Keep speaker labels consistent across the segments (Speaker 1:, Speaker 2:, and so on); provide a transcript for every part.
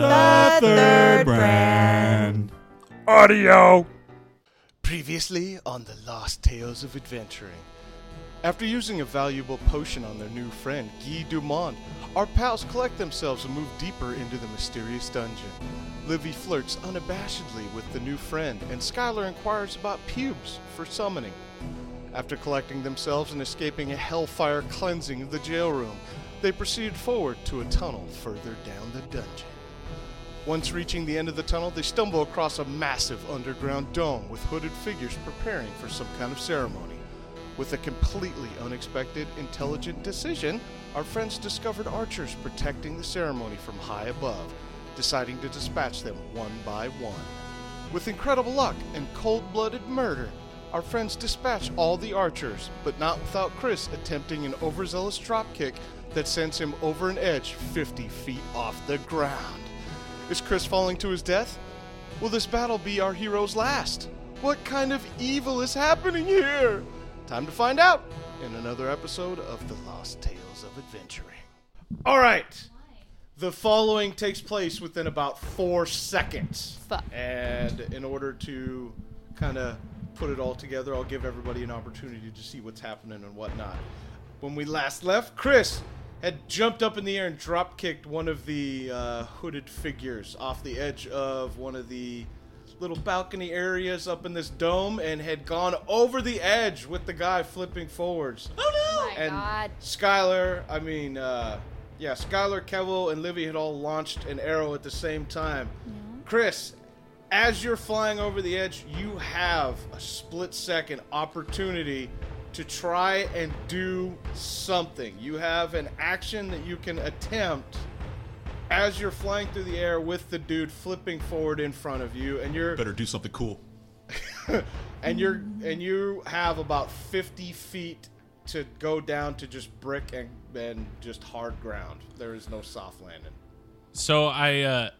Speaker 1: The third brand.
Speaker 2: Audio.
Speaker 3: Previously on The Lost Tales of Adventuring. After using a valuable potion on their new friend, Guy Dumont, our pals collect themselves and move deeper into the mysterious dungeon. Livy flirts unabashedly with the new friend, and Skylar inquires about pubes for summoning. After collecting themselves and escaping a hellfire cleansing of the jail room, they proceed forward to a tunnel further down the dungeon. Once reaching the end of the tunnel, they stumble across a massive underground dome with hooded figures preparing for some kind of ceremony. With a completely unexpected, intelligent decision, our friends discovered archers protecting the ceremony from high above, deciding to dispatch them one by one. With incredible luck and cold blooded murder, our friends dispatch all the archers, but not without Chris attempting an overzealous dropkick that sends him over an edge 50 feet off the ground. Is Chris falling to his death? Will this battle be our hero's last? What kind of evil is happening here? Time to find out in another episode of The Lost Tales of Adventuring. All right. The following takes place within about four seconds.
Speaker 4: Fuck.
Speaker 3: And in order to kind of put it all together, I'll give everybody an opportunity to see what's happening and whatnot. When we last left, Chris had jumped up in the air and drop kicked one of the uh, hooded figures off the edge of one of the little balcony areas up in this dome and had gone over the edge with the guy flipping forwards.
Speaker 4: Oh my
Speaker 3: and
Speaker 4: god.
Speaker 3: Skylar, I mean, uh, yeah, Skylar, Kevo, and Livy had all launched an arrow at the same time. Chris, as you're flying over the edge, you have a split second opportunity to try and do something. You have an action that you can attempt as you're flying through the air with the dude flipping forward in front of you, and you're
Speaker 1: Better do something cool.
Speaker 3: and you're and you have about 50 feet to go down to just brick and, and just hard ground there is no soft landing
Speaker 2: So I, uh,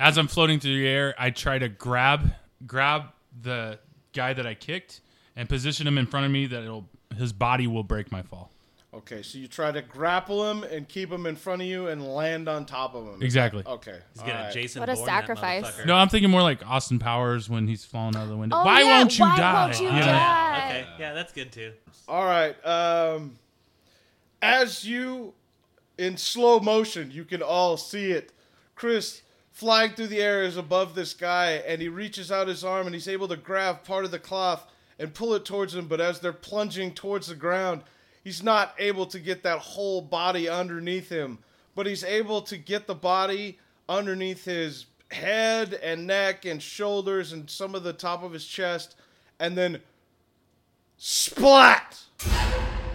Speaker 2: as I'm floating through the air, I try to grab grab the guy that I kicked and position him in front of me that it'll his body will break my fall.
Speaker 3: okay so you try to grapple him and keep him in front of you and land on top of him
Speaker 2: Exactly.
Speaker 3: okay
Speaker 5: He's
Speaker 3: all
Speaker 5: gonna
Speaker 3: right.
Speaker 5: Jason
Speaker 4: What a
Speaker 5: Bourne that
Speaker 4: sacrifice.
Speaker 5: motherfucker.
Speaker 2: No, I'm thinking more like Austin Powers when he's falling out of the window.
Speaker 4: Oh,
Speaker 2: why
Speaker 4: yeah,
Speaker 2: won't you
Speaker 4: why
Speaker 2: die?
Speaker 4: won't you
Speaker 2: You know?
Speaker 4: die?
Speaker 5: Yeah, okay. Yeah, that's good too.
Speaker 3: All right. Um, as you, in slow motion, you can all see it. Chris flying through the air is above this guy, and he reaches out his arm and he's able to grab part of the cloth and pull it towards him. But as they're plunging towards the ground, he's not able to get that whole body underneath him. But he's able to get the body underneath his head and neck and shoulders and some of the top of his chest, and then splat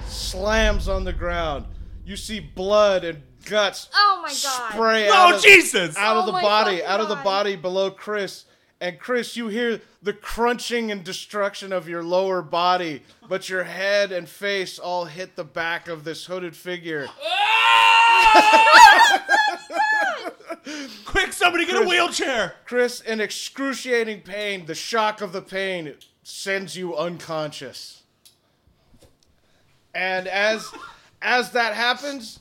Speaker 3: slams on the ground you see blood and guts
Speaker 4: Oh my god.
Speaker 3: spray out, of,
Speaker 1: Jesus!
Speaker 3: out of
Speaker 4: Oh
Speaker 3: the
Speaker 4: my
Speaker 3: body
Speaker 4: fucking
Speaker 3: out of the
Speaker 4: God.
Speaker 3: body below chris and chris you hear the crunching and destruction of your lower body but your head and face all hit the back of this hooded figure
Speaker 1: Quick, somebody get a wheelchair!
Speaker 3: chris in excruciating pain the shock of the pain sends you unconscious and as as that happens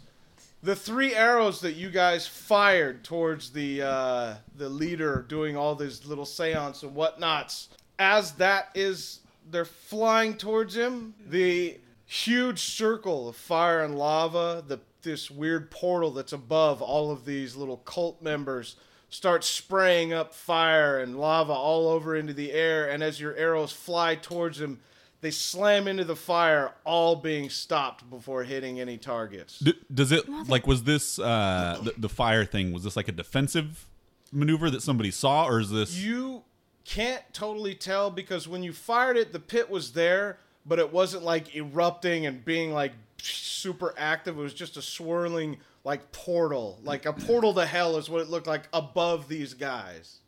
Speaker 3: the three arrows that you guys fired towards the uh, the leader doing all these little seance and whatnots as that is they're flying towards him the huge circle of fire and lava the this weird portal that's above all of these little cult members starts spraying up fire and lava all over into the air and as your arrows fly towards him they slam into the fire all being stopped before hitting any targets
Speaker 1: D- does it, like, was this, uh, the, the fire thing, was this like a defensive maneuver that somebody saw, or is this.
Speaker 3: You can't totally tell because when you fired it, the pit was there, but it wasn't like erupting and being like super active. It was just a swirling like portal, like a portal to hell is what it looked like above these guys.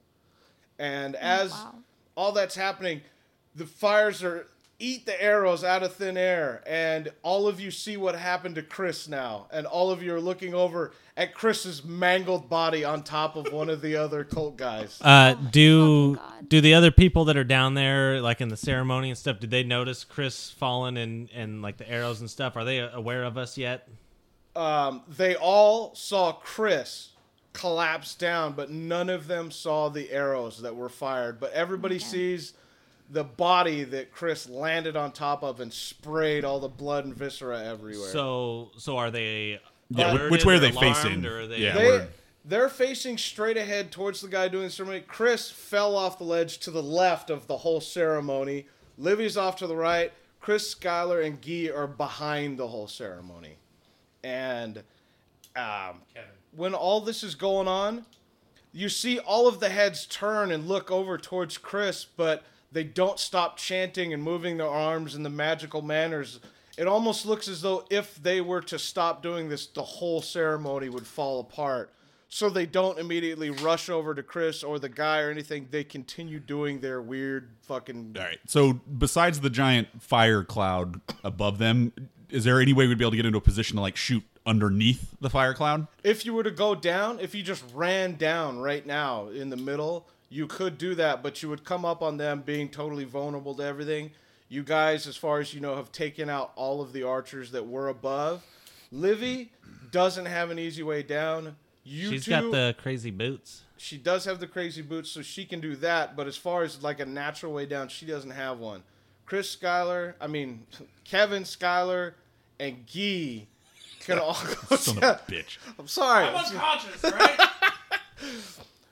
Speaker 3: And as
Speaker 4: wow.
Speaker 3: all that's happening, the fires are eat the arrows out of thin air, and all of you see what happened to Chris now, and all of you are looking over at Chris's mangled body on top of one of the other cult guys.
Speaker 5: Uh,
Speaker 4: do-
Speaker 5: do
Speaker 4: fucking God.
Speaker 5: do the other people that are down there, like in the ceremony and stuff, did they notice Chris falling and and like the arrows and stuff? Are they aware of us yet?
Speaker 3: um, they all saw Chris collapse down, but none of them saw the arrows that were fired. But everybody sees the body that Chris landed on top of and sprayed all the blood and viscera everywhere.
Speaker 5: So, so are they?
Speaker 1: Yeah,
Speaker 5: alerted
Speaker 1: which way are
Speaker 5: or
Speaker 1: they facing?
Speaker 5: alarmed, Or are they,
Speaker 1: Yeah.
Speaker 3: they,
Speaker 1: word.
Speaker 3: they're facing straight ahead towards the guy doing the ceremony. Chris fell off the ledge to the left of the whole ceremony. Livy's off to the right. Chris, Skylar, and Guy are behind the whole ceremony. And um, when all this is going on, you see all of the heads turn and look over towards Chris, but they don't stop chanting and moving their arms in the magical manners. It almost looks as though if they were to stop doing this, the whole ceremony would fall apart. So they don't immediately rush over to Chris or the guy or anything. They continue doing their weird fucking.
Speaker 1: All right. So besides the giant fire cloud above them, is there any way we'd be able to get into a position to like shoot underneath the fire cloud?
Speaker 3: If you were to go down, if you just ran down right now in the middle, you could do that, but you would come up on them being totally vulnerable to everything. You guys, as far as you know, have taken out all of the archers that were above. Livy doesn't have an easy way down. You
Speaker 5: She's
Speaker 3: two,
Speaker 5: got the crazy boots.
Speaker 3: she does have the crazy boots, so she can do that. But as far as like a natural way down, she doesn't have one. Chris Schuyler, I mean, Kevin Schuyler, and Gee can all go
Speaker 1: Son of
Speaker 3: down.
Speaker 1: a bitch.
Speaker 3: I'm sorry.
Speaker 2: I'm unconscious, right?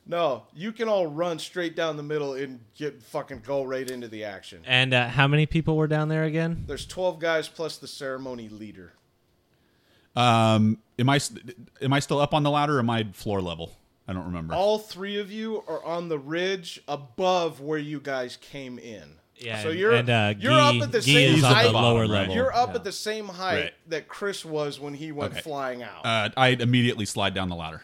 Speaker 3: No, you can all run straight down the middle and get fucking go right into the action.
Speaker 5: And uh, how many people were down there again?
Speaker 3: There's 12 guys plus the ceremony leader.
Speaker 1: Um, am I s- am I still up on the ladder? Or am I floor level? I don't remember.
Speaker 3: All three of you are on the ridge above where you guys came in.
Speaker 5: Yeah,
Speaker 3: so
Speaker 5: and-
Speaker 3: you're
Speaker 5: and, uh,
Speaker 3: you're
Speaker 5: Guy-
Speaker 3: up at the
Speaker 5: Guy
Speaker 3: same
Speaker 5: is on the
Speaker 3: height.
Speaker 5: lower
Speaker 1: Right. level.
Speaker 3: You're up
Speaker 5: Yeah.
Speaker 3: at the same height
Speaker 1: Right.
Speaker 3: that Chris was when he went
Speaker 1: Okay.
Speaker 3: flying out.
Speaker 1: Uh, I immediately slide down the ladder.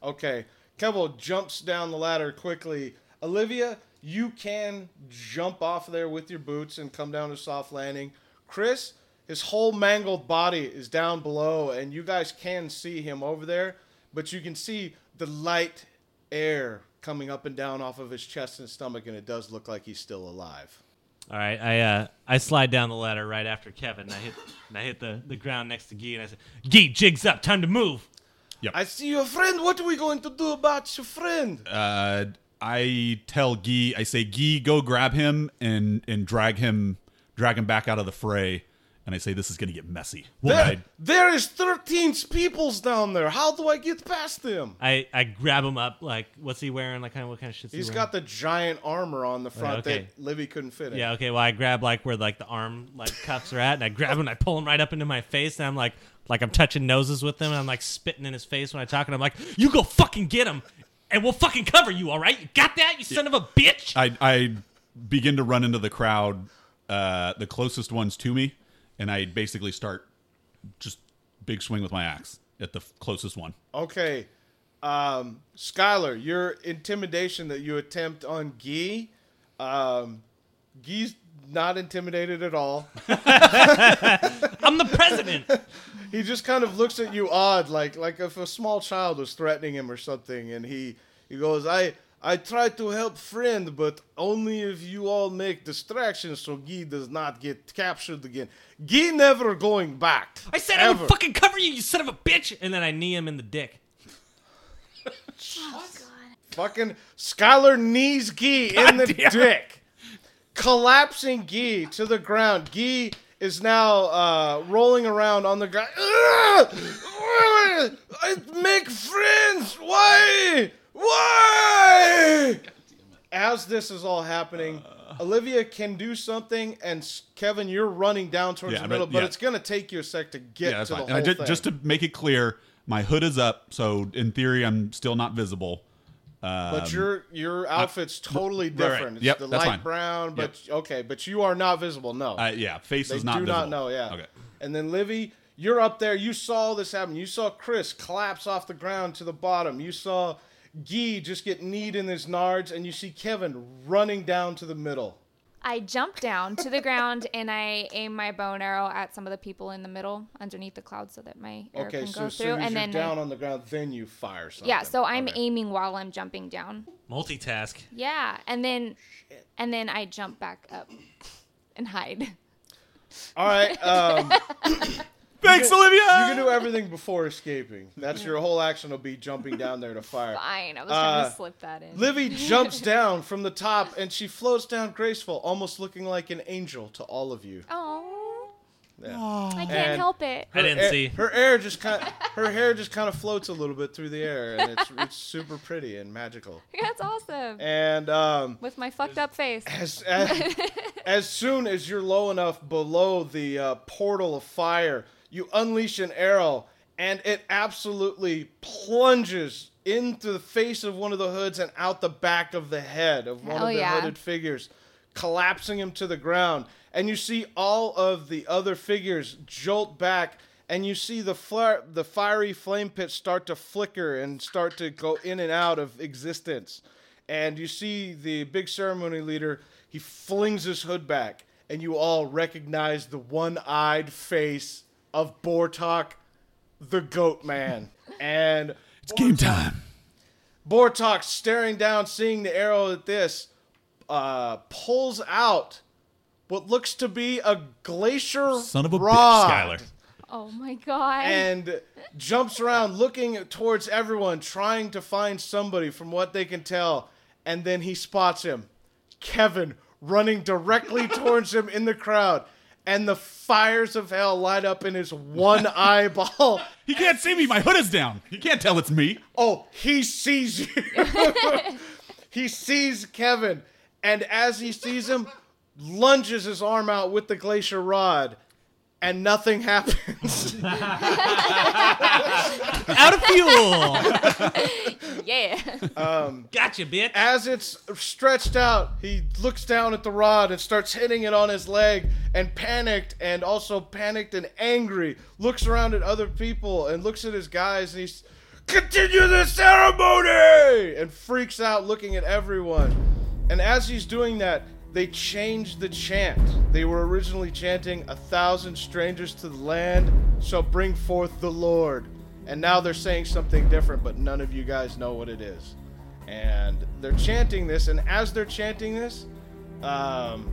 Speaker 3: Okay. Kevel jumps down the ladder quickly. Olivia, you can jump off there with your boots and come down to soft landing. Chris, his whole mangled body is down below, and you guys can see him over there, but you can see the light air coming up and down off of his chest and stomach, and it does look like he's still alive.
Speaker 5: All right, I uh, I slide down the ladder right after Kevin. And I hit and I hit the, the ground next to Gee, and I said, "Gee, jigs up, time to move."
Speaker 3: I see your friend. What are we going to do about your friend?
Speaker 1: Uh, I tell Guy, I say, Guy, go grab him and and drag him, drag him back out of the fray. And I say, this is gonna get messy.
Speaker 3: there,
Speaker 1: And I-
Speaker 3: there is 13 peoples down there. How do I get past them?
Speaker 5: I, I grab him up. Like, what's he wearing? Like, kind of what kind of shit?
Speaker 3: He's
Speaker 5: he
Speaker 3: got the giant armor on the front
Speaker 5: okay.
Speaker 3: that Livy couldn't fit in.
Speaker 5: Yeah. Okay. Well, I grab like where like the arm like cuffs are at, and I grab him and I pull him right up into my face, and I'm like, like I'm touching noses with him, and I'm like spitting in his face when I talk, and I'm like, "You go fucking get him, and we'll fucking cover you, all right? You got that, you son of a bitch."
Speaker 1: I, I begin to run into the crowd, uh, the closest ones to me, and I basically start just big swing with my axe at the f- closest one.
Speaker 3: Okay. Um, Skylar, your intimidation that you attempt on Gee, um, Gee's not intimidated at all.
Speaker 5: I'm the president.
Speaker 3: he just kind of looks at you odd, like like if a small child was threatening him or something, and he he goes, "I I try to help friend, but only if you all make distractions, so Gee does not get captured again. Gee never going back.
Speaker 5: I said I
Speaker 3: ever.
Speaker 5: would fucking cover you, you son of a bitch, and then I knee him in the dick.
Speaker 3: Fucking Skylar knees Gee in the dick. Collapsing Gee to the ground. Gee is now uh, rolling around on the ground. I make friends. Why? Why? As this is all happening,
Speaker 1: Uh.
Speaker 3: Olivia can do something, and S- Kevin, you're running down towards the
Speaker 1: Yeah, but-
Speaker 3: middle, but,
Speaker 1: yeah.
Speaker 3: it's gonna take you a sec to get
Speaker 1: Yeah, that's
Speaker 3: to the
Speaker 1: fine. And
Speaker 3: whole
Speaker 1: I ju-
Speaker 3: thing.
Speaker 1: just to make it clear, my hood is up, so in theory, I'm still not visible.
Speaker 3: But your your outfit's totally
Speaker 1: Um, right,
Speaker 3: different. It's
Speaker 1: yep,
Speaker 3: the
Speaker 1: that's
Speaker 3: light
Speaker 1: fine.
Speaker 3: brown, but okay, but you are not visible. No,
Speaker 1: Uh, yeah, face
Speaker 3: they
Speaker 1: is not
Speaker 3: do
Speaker 1: visible.
Speaker 3: not know. Yeah.
Speaker 1: Okay.
Speaker 3: And then Livy, you're up there. You saw this happen. You saw Chris collapse off the ground to the bottom. You saw Guy just get kneed in his nards, and you see Kevin running down to the middle.
Speaker 4: I jump down to the ground and I aim my bow and arrow at some of the people in the middle underneath the cloud so that my arrow
Speaker 3: Okay,
Speaker 4: can
Speaker 3: so
Speaker 4: go
Speaker 3: as
Speaker 4: through.
Speaker 3: soon as
Speaker 4: and
Speaker 3: you're
Speaker 4: then
Speaker 3: down on the ground, then you fire something.
Speaker 4: yeah, so I'm
Speaker 3: Okay.
Speaker 4: aiming while I'm jumping down.
Speaker 5: Multitask.
Speaker 4: Yeah, and then and then I jump back up and hide.
Speaker 3: All right. Um,
Speaker 1: Thanks,
Speaker 3: You
Speaker 1: Olivia.
Speaker 3: can do everything before escaping. That's your whole action will be jumping down there to fire.
Speaker 4: Fine, I was trying
Speaker 3: Uh,
Speaker 4: to slip that in.
Speaker 3: Livy jumps down from the top and she floats down graceful, almost looking like an angel to all of you.
Speaker 4: Oh,
Speaker 3: Yeah.
Speaker 4: I can't
Speaker 3: And-
Speaker 4: help it.
Speaker 5: I didn't
Speaker 3: Her-
Speaker 5: see.
Speaker 3: her air just kind her hair just kind of floats a little bit through the air and it's, it's super pretty and magical.
Speaker 4: That's awesome.
Speaker 3: And um
Speaker 4: With my fucked up face.
Speaker 3: as as, as soon as you're low enough below the uh, portal of fire, you unleash an arrow, and it absolutely plunges into the face of one of the hoods and out the back of the head of one
Speaker 4: Hell
Speaker 3: of the
Speaker 4: yeah.
Speaker 3: hooded figures, collapsing him to the ground. And you see all of the other figures jolt back. And you see the flare, the fiery flame pits start to flicker and start to go in and out of existence and you see the big ceremony leader. He flings his hood back, and you all recognize the one-eyed face of Bortok, the Goat Man, and
Speaker 1: It's game time.
Speaker 3: Bortok, staring down, seeing the arrow at this, uh, pulls out what looks to be a glacier
Speaker 1: Son of a bitch,
Speaker 3: rod
Speaker 1: Skylar.
Speaker 4: Oh my god.
Speaker 3: and jumps around looking towards everyone, trying to find somebody from what they can tell. And then he spots him Kevin running directly towards him in the crowd. And the fires of hell light up in his one eyeball.
Speaker 1: He can't see me. My hood is down. He can't tell it's me.
Speaker 3: Oh, he sees you. he sees Kevin. And as he sees him, lunges his arm out with the glacier rod. And nothing happens.
Speaker 5: Out of fuel.
Speaker 4: yeah.
Speaker 5: gotcha, bitch.
Speaker 3: as it's stretched out, he looks down at the rod and starts hitting it on his leg and panicked and also panicked and angry looks around at other people and looks at his guys and he's continue the ceremony and freaks out looking at everyone. And as he's doing that, they changed the chant. They were originally chanting a thousand strangers to the land shall bring forth the Lord. And now they're saying something different, but none of you guys know what it is and they're chanting this. And as they're chanting this, um,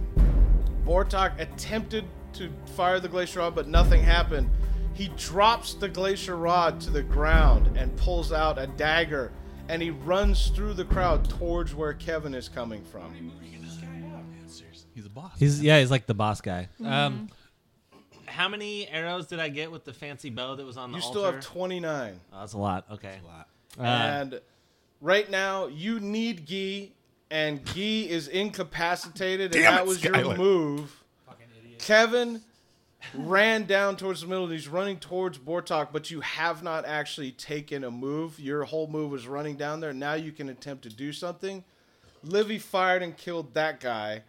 Speaker 3: Bortok attempted to fire the glacier rod, but nothing happened. He drops the glacier rod to the ground and pulls out a dagger, and he runs through the crowd towards where Kevin is coming from.
Speaker 1: He's a boss.
Speaker 5: He's yeah, he's like the boss guy. Um, how many arrows did I get with the fancy bow that was on the
Speaker 3: You
Speaker 5: altar?
Speaker 3: still have 29,
Speaker 5: oh, that's a lot. Okay.
Speaker 1: Uh.
Speaker 3: and right now you need Gee, and Gee is incapacitated, and
Speaker 1: Damn
Speaker 3: that
Speaker 1: it,
Speaker 3: was your
Speaker 1: Skylar.
Speaker 3: move. Kevin ran down towards the middle and he's running towards Bortok, but you have not actually taken a move. Your whole move was running down there. Now you can attempt to do something. Livy fired and killed that guy,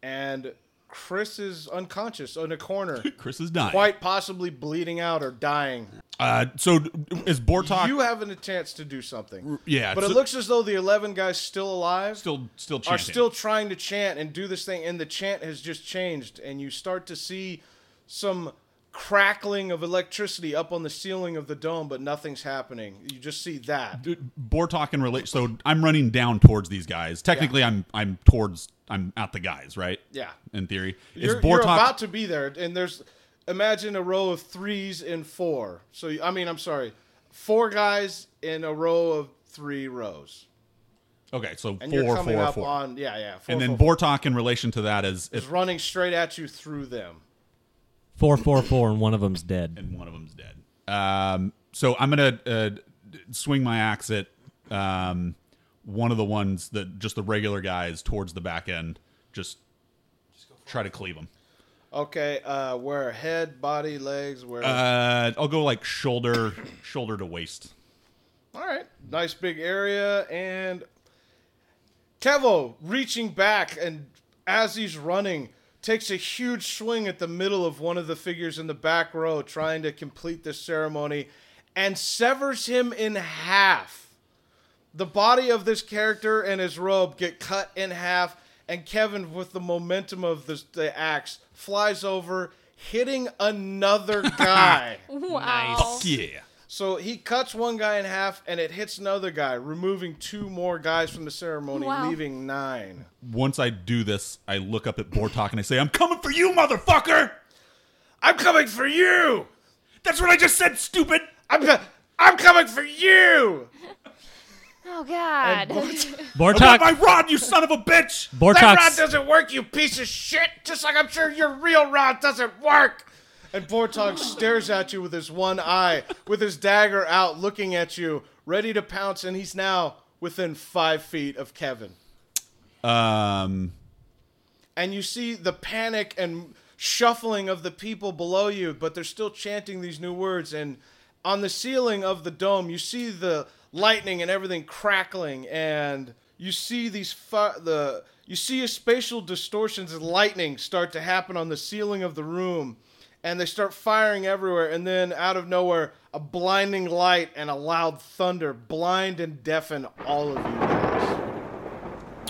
Speaker 3: and Chris is unconscious in a corner,
Speaker 1: Chris is dying.
Speaker 3: quite possibly bleeding out or dying.
Speaker 1: Uh, so d- is Bortok
Speaker 3: You haven't a chance to do something.
Speaker 1: yeah,
Speaker 3: But it
Speaker 1: so-
Speaker 3: looks as though the 11 guys still alive
Speaker 1: still still
Speaker 3: are
Speaker 1: chanting?
Speaker 3: still trying to chant and do this thing, and the chant has just changed, and you start to see some crackling of electricity up on the ceiling of the dome, but nothing's happening. You just see that.
Speaker 1: Dude, Bortok and relate. So I'm running down towards these guys. Technically, I'm I'm towards I'm at the guys, right?
Speaker 3: Yeah.
Speaker 1: In theory, is
Speaker 3: You're,
Speaker 1: Bortok
Speaker 3: you're about to be there, and there's imagine a row of threes and four. So you- I mean, I'm sorry, four guys in a row of three rows,
Speaker 1: okay? So
Speaker 3: and
Speaker 1: four,
Speaker 3: you're coming
Speaker 1: four,
Speaker 3: up
Speaker 1: four.
Speaker 3: on yeah, yeah, four,
Speaker 1: and then
Speaker 3: four,
Speaker 1: Bortok in relation to that is
Speaker 3: is
Speaker 1: if
Speaker 3: running straight at you through them.
Speaker 5: Four, four, four, and one of them's dead.
Speaker 1: and one of them's dead. Um, so I'm gonna uh, d- swing my axe at um, one of the ones that just the regular guys towards the back end. Just, try to cleave them.
Speaker 3: Okay, uh, where head, body, legs, where
Speaker 1: Uh, I'll go like shoulder, shoulder to waist.
Speaker 3: All right. Nice big area. And Kevo reaching back, and as he's running, takes a huge swing at the middle of one of the figures in the back row trying to complete this ceremony and severs him in half. The body of this character and his robe get cut in half, and Kevin, with the momentum of this, the axe, flies over, hitting another guy.
Speaker 4: Wow.
Speaker 1: Yeah.
Speaker 3: So he cuts one guy in half and it hits another guy, removing two more guys from the ceremony,
Speaker 4: Wow.
Speaker 3: leaving nine.
Speaker 1: Once I do this, I look up at Bortok and I say, "I'm coming for you, motherfucker."
Speaker 3: I'm coming for you!
Speaker 1: That's what I just said, stupid.
Speaker 3: I'm, I'm coming for you!
Speaker 4: Oh God.
Speaker 1: I want
Speaker 5: Bortok,
Speaker 1: my rod, you son of a bitch.
Speaker 3: That rod
Speaker 5: Bortok's,
Speaker 3: doesn't work, you piece of shit! Just like I'm sure your real rod doesn't work! And Bortog stares at you with his one eye, with his dagger out, looking at you, ready to pounce, and he's now within five feet of Kevin.
Speaker 1: Um,
Speaker 3: and you see the panic and shuffling of the people below you, but they're still chanting these new words. And on the ceiling of the dome, you see the lightning and everything crackling, and you see these fi- the you see a spatial distortions and lightning start to happen on the ceiling of the room, and they start firing everywhere. And then out of nowhere, a blinding light and a loud thunder blind and deafen all of you. Guys.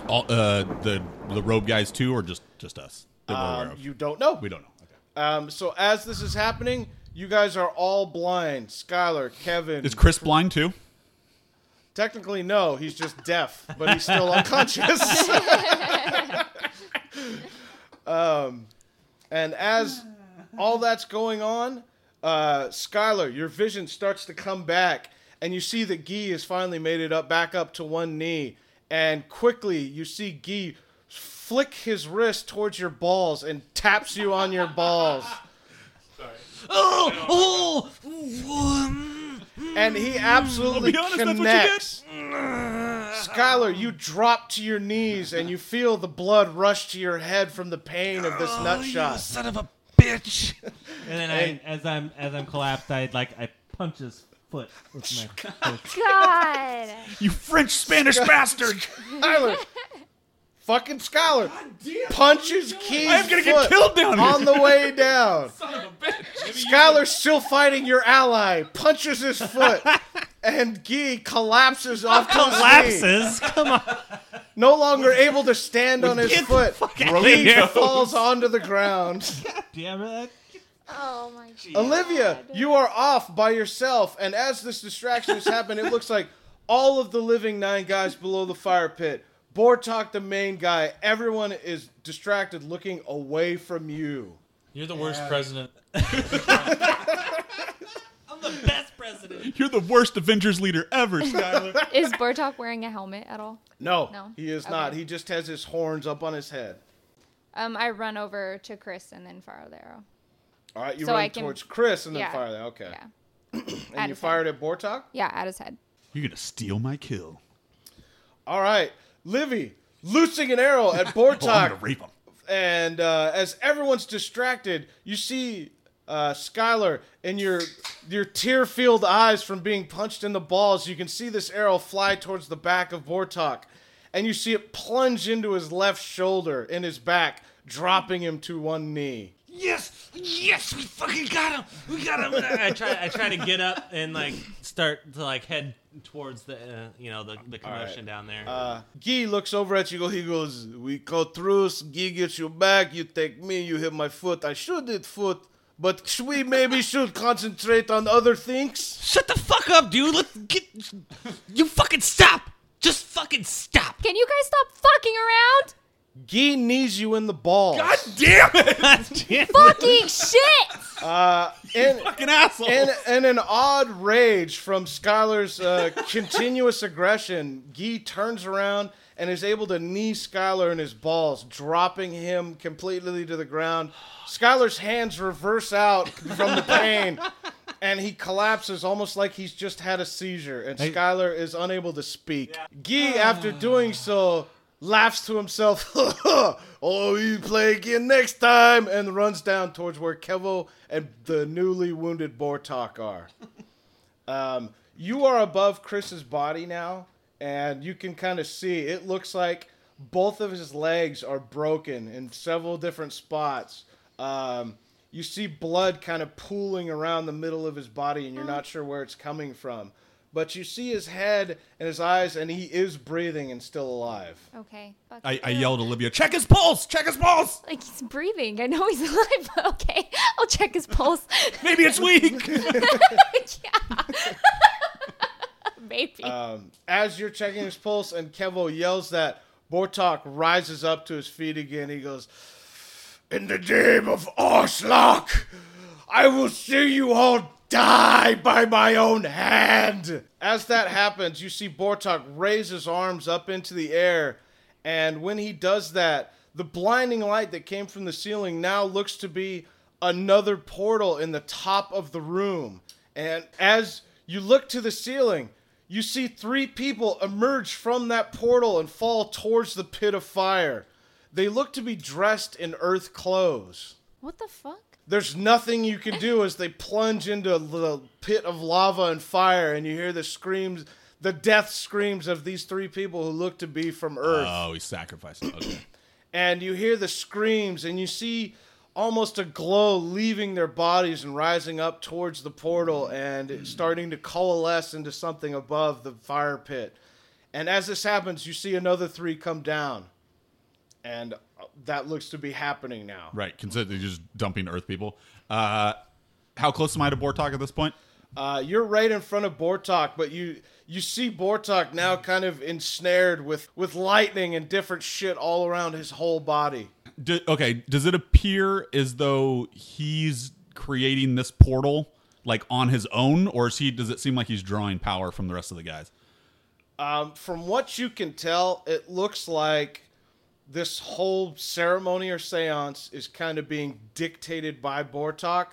Speaker 1: all, uh, the the robe guys too, or just just us? that we're aware
Speaker 3: Um,
Speaker 1: of?
Speaker 3: you don't know.
Speaker 1: Oh, we don't know. Okay.
Speaker 3: Um, so as this is happening, you guys are all blind. Skylar, Kevin.
Speaker 1: Is Chris blind too?
Speaker 3: Technically, no. He's just deaf, but he's still unconscious. um, Um, and as all that's going on, uh, Skylar, your vision starts to come back, and you see that Guy has finally made it up back up to one knee. And quickly, you see Guy flick his wrist towards your balls and taps you on your balls.
Speaker 5: oh, oh,
Speaker 3: and he absolutely
Speaker 1: I'll be honest, that's what you
Speaker 3: connects. Skylar, you drop to your knees and you feel the blood rush to your head from the pain of this
Speaker 1: Oh,
Speaker 3: nut shot.
Speaker 5: son of a bitch. And then I, as I'm as I'm collapsed, I like I punch his foot with my fist.
Speaker 4: God.
Speaker 1: You French Spanish bastard!
Speaker 3: Skylar, fucking Skylar, punches Keys.
Speaker 1: I'm gonna get
Speaker 3: foot
Speaker 1: killed down here.
Speaker 3: on the way down. Skylar's still fighting your ally, punches his foot, and Gee collapses off to his knee,
Speaker 5: Collapses. Come on.
Speaker 3: no longer able to stand on his
Speaker 5: Get the
Speaker 3: foot.
Speaker 5: fuck out of
Speaker 3: He
Speaker 5: here.
Speaker 3: falls onto the ground.
Speaker 5: Damn it.
Speaker 4: Oh my God.
Speaker 3: Olivia, you are off by yourself, and as this distraction has happened, it looks like all of the living nine guys below the fire pit, Bortok the main guy, everyone is distracted looking away from you.
Speaker 2: You're the worst president.
Speaker 5: I'm the best president.
Speaker 1: You're the worst Avengers leader ever, Skylar.
Speaker 4: Is Bartok wearing a helmet at all?
Speaker 3: No,
Speaker 4: No.
Speaker 3: he is not.
Speaker 4: Okay.
Speaker 3: He just has his horns up on his head.
Speaker 4: Um, I run over to Chris and then fire the arrow.
Speaker 3: All right, you
Speaker 4: So I
Speaker 3: run
Speaker 4: can-
Speaker 3: towards Chris and then
Speaker 4: yeah.
Speaker 3: fire that. Okay.
Speaker 4: Yeah.
Speaker 3: And you
Speaker 4: Addison.
Speaker 3: fired at Bortok?
Speaker 4: Yeah, at his head.
Speaker 1: You're gonna steal my kill.
Speaker 3: All right. Livy, loosing an arrow at
Speaker 1: Well, Oh, I'm
Speaker 3: Bortok.
Speaker 1: gonna rape him.
Speaker 3: and uh, as everyone's distracted, you see uh, Skylar in your your tear-filled eyes from being punched in the balls. You can see this arrow fly towards the back of Vortok, and you see it plunge into his left shoulder in his back, dropping him to one knee.
Speaker 5: Yes, yes, we fucking got him. We got him. I try, I try to get up and like start to like head towards the, uh, you know, the, the commotion down there.
Speaker 3: Uh, Guy looks over at you. He goes, "We cut through. Guy gets you back. You take me. You hit my foot. I shoot it foot." But we maybe should concentrate on other things.
Speaker 5: Shut the fuck up, dude. Let's get. You fucking stop. Just fucking stop.
Speaker 4: Can you guys stop fucking around?
Speaker 3: Guy knees you in the balls.
Speaker 1: God damn it!
Speaker 4: Fucking shit!
Speaker 3: And-
Speaker 1: Fucking asshole.
Speaker 3: and, and an odd rage from Skylar's uh, continuous aggression, Guy turns around and is able to knee Skylar in his balls, dropping him completely to the ground. Skylar's hands reverse out from the pain, and he collapses almost like he's just had a seizure, and Skylar is unable to speak. Guy, after doing so, laughs to himself, "Oh, you play again next time," and runs down towards where Kevo and the newly wounded Bortok are. Um, you are above Chris's body now, and you can kind of see. It looks like both of his legs are broken in several different spots. Um, you see blood kind of pooling around the middle of his body, and you're not sure where it's coming from. But you see his head and his eyes, and he is breathing and still alive.
Speaker 4: Okay. fuck
Speaker 1: I, I
Speaker 4: yeah.
Speaker 1: yelled at Olivia, check his pulse! Check his pulse!
Speaker 4: Like he's breathing. I know he's alive. but Okay, I'll check his pulse.
Speaker 1: Maybe it's weak!
Speaker 4: yeah. Maybe.
Speaker 3: Um, as you're checking his pulse and Kevo yells that, Bortok rises up to his feet again. He goes, In the name of Oslok, I will see you all Die by my own hand! As that happens, you see Bortok raise his arms up into the air, and when he does that, the blinding light that came from the ceiling now looks to be another portal in the top of the room. And as you look to the ceiling, you see three people emerge from that portal and fall towards the pit of fire. They look to be dressed in earth clothes.
Speaker 4: What the fuck?
Speaker 3: There's nothing you can do as they plunge into the pit of lava and fire, and you hear the screams, the death screams of these three people who look to be from Earth.
Speaker 1: Oh, he sacrificed. it. Okay.
Speaker 3: And you hear the screams, and you see almost a glow leaving their bodies and rising up towards the portal and it's starting to coalesce into something above the fire pit. And as this happens, you see another three come down, and uh, that looks to be happening now.
Speaker 1: Right. Consider they're just dumping Earth people. Uh, how close am I to Bortok at this point?
Speaker 3: Uh, you're right in front of Bortok, but you you see Bortok now kind of ensnared with with lightning and different shit all around his whole body.
Speaker 1: Do, okay. Does it appear as though he's creating this portal like on his own, or is he? Does it seem like he's drawing power from the rest of the guys?
Speaker 3: Um, from what you can tell, it looks like this whole ceremony or séance is kind of being dictated by Bortok,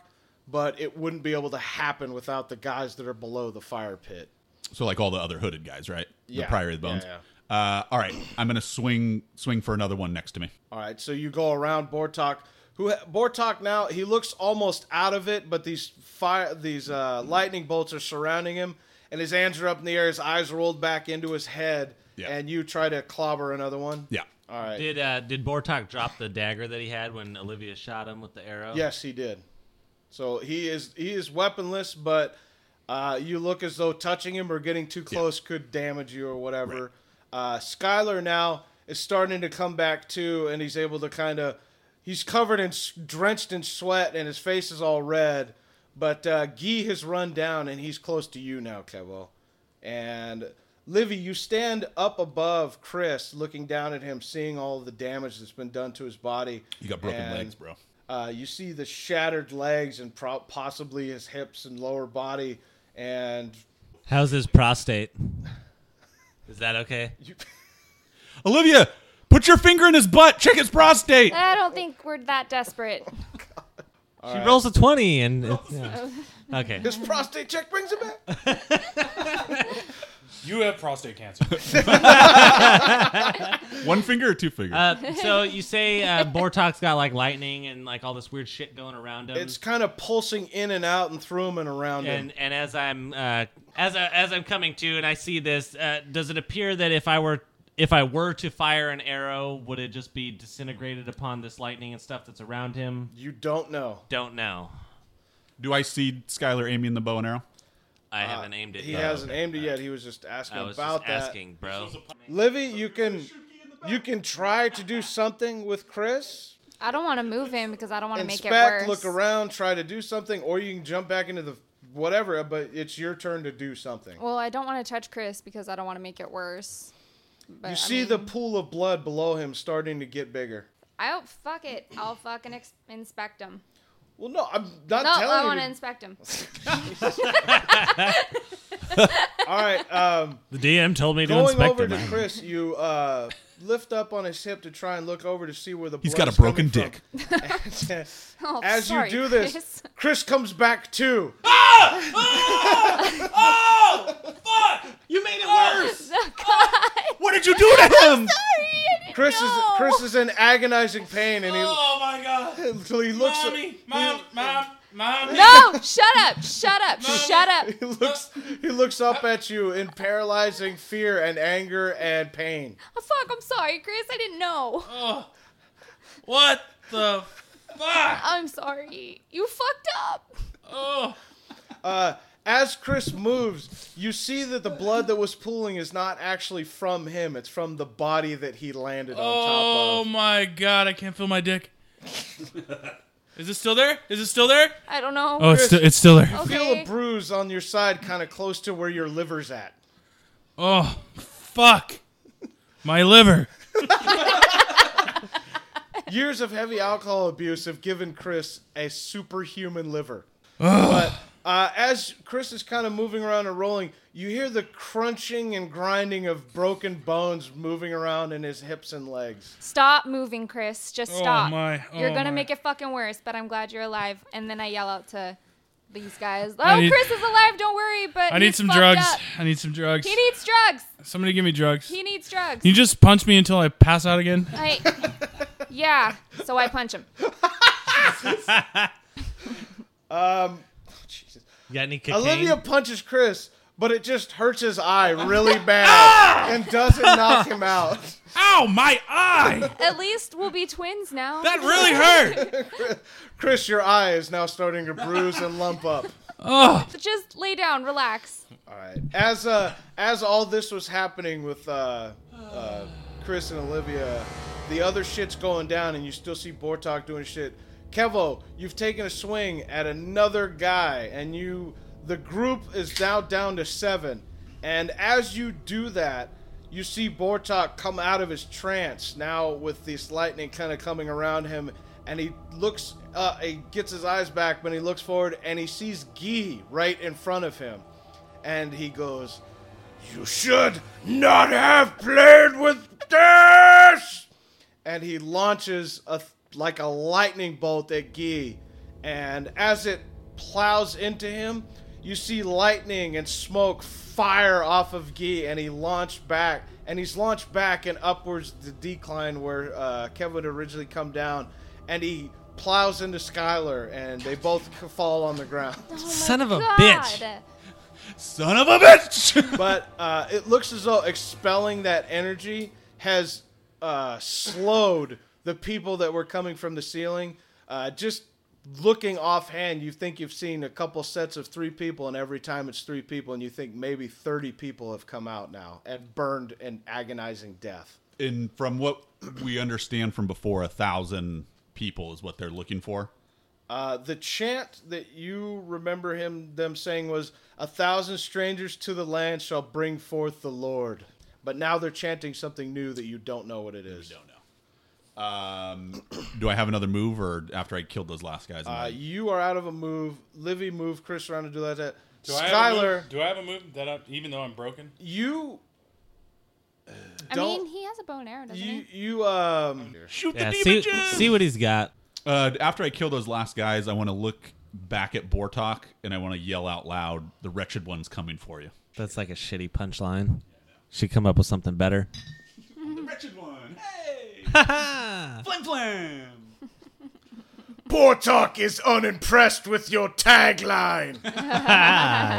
Speaker 3: but it wouldn't be able to happen without the guys that are below the fire pit.
Speaker 1: So like all the other hooded guys, right?
Speaker 3: Yeah.
Speaker 1: The Priory of the
Speaker 3: Yeah,
Speaker 1: Bones. Uh, all right. I'm gonna swing swing for another one next to me.
Speaker 3: All right, so you go around Bortok. Who Bortok now? He looks almost out of it, but these fire, these uh, lightning bolts are surrounding him, and his hands are up in the air. His eyes rolled back into his head,
Speaker 1: Yeah.
Speaker 3: and you try to clobber another one.
Speaker 1: Yeah.
Speaker 3: All right.
Speaker 5: Did uh, did Bortok drop the dagger that he had when Olivia shot him with the arrow?
Speaker 3: Yes, he did. So he is he is weaponless, but uh, you look as though touching him or getting too close could damage you or whatever. Uh, Skylar now is starting to come back too, and he's able to kind of he's covered in s- drenched in sweat, and his face is all red. But uh, Gee has run down, and he's close to you now, Kevo. And Livy, you stand up above Chris, looking down at him, seeing all the damage that's been done to his body.
Speaker 1: You got broken
Speaker 3: And-
Speaker 1: legs, bro.
Speaker 3: uh, you see the shattered legs and pro- possibly his hips and lower body, and
Speaker 5: How's his prostate? Is that okay?
Speaker 1: Olivia, put your finger in his butt. Check his prostate.
Speaker 4: I don't think we're that desperate.
Speaker 5: she rolls a twenty and yeah. okay.
Speaker 3: his prostate check brings him
Speaker 5: Mm.
Speaker 3: back.
Speaker 2: You have prostate cancer.
Speaker 1: One finger or two fingers?
Speaker 5: Uh, so you say uh, Bortok's got like lightning and like all this weird shit going around him.
Speaker 3: It's kind of pulsing in and out and through him and around him.
Speaker 5: and and as I'm uh, as I, as I'm coming to and I see this, uh, does it appear that if I were if I were to fire an arrow, would it just be disintegrated upon this lightning and stuff that's around him?
Speaker 3: You don't know.
Speaker 5: Don't know.
Speaker 1: Do I see Skylar aiming the bow and arrow?
Speaker 5: I haven't aimed it.
Speaker 3: Uh, He
Speaker 5: yet.
Speaker 3: hasn't aimed it yet. He was just asking
Speaker 5: I was
Speaker 3: about
Speaker 5: just
Speaker 3: that.
Speaker 5: asking, bro.
Speaker 3: Livy, you can you can try to do something with Chris.
Speaker 4: I don't want to move him because I don't want to make it
Speaker 3: Inspect,
Speaker 4: worse.
Speaker 3: look around, try to do something, or you can jump back into the whatever. But it's your turn to do something.
Speaker 4: Well, I don't want to touch Chris because I don't want to make it worse. But,
Speaker 3: you
Speaker 4: I
Speaker 3: see
Speaker 4: mean,
Speaker 3: the pool of blood below him starting to get bigger.
Speaker 4: I will fuck it. I'll fucking ex- inspect him.
Speaker 3: Well, no, I'm not
Speaker 4: No,
Speaker 3: telling
Speaker 4: I
Speaker 3: you.
Speaker 4: want to
Speaker 3: to-
Speaker 4: inspect him.
Speaker 3: All right. Um,
Speaker 5: The DM told me
Speaker 3: going over to Chris, you uh, lift up on his hip to try and look over to see where the.
Speaker 1: He's
Speaker 3: blood's
Speaker 1: got a broken
Speaker 3: coming
Speaker 1: dick.
Speaker 3: from. And, uh,
Speaker 4: Oh,
Speaker 3: As
Speaker 4: sorry,
Speaker 3: you do this,
Speaker 4: Chris.
Speaker 3: Chris. comes back too.
Speaker 5: You made it worse.
Speaker 1: What did you do to him?
Speaker 3: Chris is
Speaker 4: No.
Speaker 3: Chris is in agonizing pain, and he
Speaker 2: oh my god,
Speaker 3: until he looks.
Speaker 2: mommy, mom, mom, mom.
Speaker 4: No, shut up, shut up, shut up.
Speaker 3: He looks. He looks up at you in paralyzing fear and anger and pain.
Speaker 4: Oh, fuck, I'm sorry, Chris. I didn't know.
Speaker 2: What the fuck?
Speaker 4: I'm sorry. You fucked up.
Speaker 2: Oh,
Speaker 3: As Chris moves, you see that the blood that was pooling is not actually from him. It's from the body that he landed on top of.
Speaker 2: oh my god, I can't feel my dick. Is it still there? Is it still there?
Speaker 4: I don't know.
Speaker 2: Oh, it's still, it's still there.
Speaker 3: feel
Speaker 4: okay.
Speaker 3: a bruise on your side, kind of close to where your liver's at.
Speaker 2: Oh, fuck. My liver.
Speaker 3: Years of heavy alcohol abuse have given Chris a superhuman liver. But Uh, as Chris is kind of moving around and rolling, you hear the crunching and grinding of broken bones moving around in his hips and legs.
Speaker 4: Stop moving, Chris. Just
Speaker 2: Oh,
Speaker 4: stop.
Speaker 2: my. Oh,
Speaker 4: you're gonna
Speaker 2: my.
Speaker 4: make it fucking worse, but I'm glad you're alive. And then I yell out to these guys,
Speaker 2: I
Speaker 4: "Oh,
Speaker 2: need-
Speaker 4: Chris is alive. Don't worry." But
Speaker 2: I need
Speaker 4: he's
Speaker 2: some
Speaker 4: fucked
Speaker 2: drugs.
Speaker 4: up.
Speaker 2: I need some drugs.
Speaker 4: He needs drugs.
Speaker 2: Somebody give me drugs.
Speaker 4: He needs drugs.
Speaker 2: you just punch me until I pass out again?
Speaker 4: I, yeah. So I punch him.
Speaker 3: Jesus.
Speaker 5: You got any cocaine?
Speaker 3: Olivia punches Chris, but it just hurts his eye really bad and doesn't knock him out.
Speaker 2: Ow, my eye!
Speaker 4: At least we'll be twins now.
Speaker 5: That really hurt.
Speaker 3: Chris, your eye is now starting to bruise and lump up.
Speaker 4: Just lay down, relax.
Speaker 3: All right. As uh, as all this was happening with uh, uh, Chris and Olivia, the other shit's going down, and you still see Bortok doing shit. Kevo, you've taken a swing at another guy, and you the group is now down to seven. And as you do that, you see Bortok come out of his trance now with this lightning kind of coming around him, and he looks, uh, he gets his eyes back, but he looks forward and he sees Gee right in front of him and he goes, You should not have played with this! And he launches a th- like a lightning bolt at Guy, and as it plows into him, you see lightning and smoke fire off of Guy, and he launched back, and he's launched back and upwards the decline where uh, Kevin originally come down, and he plows into Skylar, and they both c- fall on the ground.
Speaker 5: Son of a
Speaker 4: God.
Speaker 5: bitch.
Speaker 1: Son of a bitch!
Speaker 3: but uh, it looks as though expelling that energy has uh, slowed the people that were coming from the ceiling. Uh, just looking offhand, you think you've seen a couple sets of three people, and every time it's three people, and you think maybe 30 people have come out now and burned in agonizing death.
Speaker 1: and from what we understand from before, a thousand people is what they're looking for.
Speaker 3: Uh, the chant that you remember him them saying was, "A thousand strangers to the land shall bring forth the Lord." But now they're chanting something new that you don't know what it is.
Speaker 1: Do I have another move, or after I killed those last guys? am
Speaker 3: Uh,
Speaker 1: I-
Speaker 3: you are out of a move. Livy move. Chris around to do that. that.
Speaker 2: Do
Speaker 3: Skylar,
Speaker 2: do I have a move that I, even though I'm broken?
Speaker 3: you
Speaker 4: I
Speaker 3: Don't-
Speaker 4: mean, he has a bone arrow, doesn't
Speaker 3: you
Speaker 4: he?
Speaker 3: you um.
Speaker 1: Shoot
Speaker 5: Yeah, see, see what he's got.
Speaker 1: Uh, after I kill those last guys, I want to look back at Bortok and I want to yell out loud, "The wretched one's coming for you."
Speaker 5: That's like a shitty punchline. Should come up with something better.
Speaker 1: The wretched one. Hey, flim flam.
Speaker 3: Bortok is unimpressed with your tagline.
Speaker 5: ah,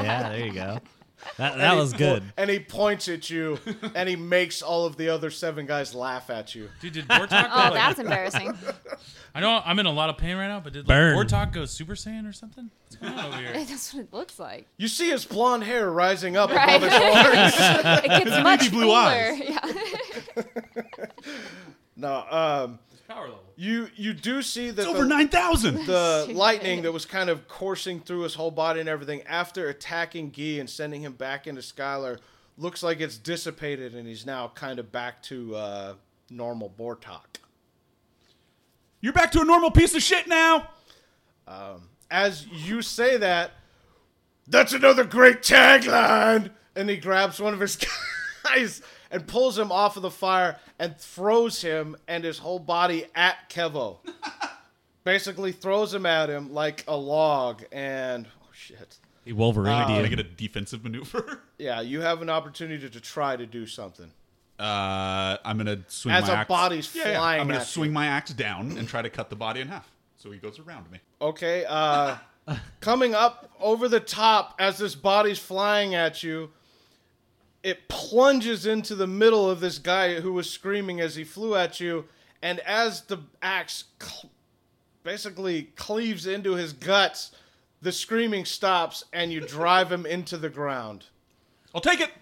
Speaker 5: yeah, there you go. That, that was good.
Speaker 3: and he points at you, and he makes all of the other seven guys laugh at you.
Speaker 2: Dude, did Bortok go
Speaker 4: Oh,
Speaker 2: like-
Speaker 4: that's embarrassing.
Speaker 2: I know I'm in a lot of pain right now, but did like,
Speaker 5: Burn.
Speaker 2: Bortok go Super Saiyan or something? What's going on over here?
Speaker 4: that's what it looks like.
Speaker 3: You see his blonde hair rising up
Speaker 4: Right.
Speaker 3: above his horns.
Speaker 4: It gets much
Speaker 1: blue
Speaker 4: cooler.
Speaker 1: eyes.
Speaker 4: Yeah.
Speaker 3: no, um,
Speaker 2: Power level.
Speaker 3: you you do see that
Speaker 1: Over
Speaker 3: the-
Speaker 1: nine thousand.
Speaker 3: the
Speaker 4: Shit.
Speaker 3: lightning that was kind of coursing through his whole body and everything after attacking Guy and sending him back into Skylar looks like it's dissipated and he's now kind of back to uh, normal Bortok.
Speaker 1: You're back to a normal piece of shit now.
Speaker 3: As you say that, that's another great tagline! And he grabs one of his guys and pulls him off of the fire and throws him and his whole body at Kevo. Basically throws him at him like a log and. Oh, shit.
Speaker 5: He Wolverine
Speaker 1: Can I
Speaker 5: you.
Speaker 1: Uh, get a defensive maneuver?
Speaker 3: Yeah, you have an opportunity to try to do something.
Speaker 1: Uh, I'm gonna swing
Speaker 3: As
Speaker 1: my
Speaker 3: a
Speaker 1: axe.
Speaker 3: body's flying
Speaker 1: I'm gonna
Speaker 3: at
Speaker 1: swing my axe down and try to cut the body in half so he goes around me.
Speaker 3: Okay, uh, coming up over the top as this body's flying at you, it plunges into the middle of this guy who was screaming as he flew at you, and as the axe cl- basically cleaves into his guts, the screaming stops and you drive him into the ground.
Speaker 1: I'll take it.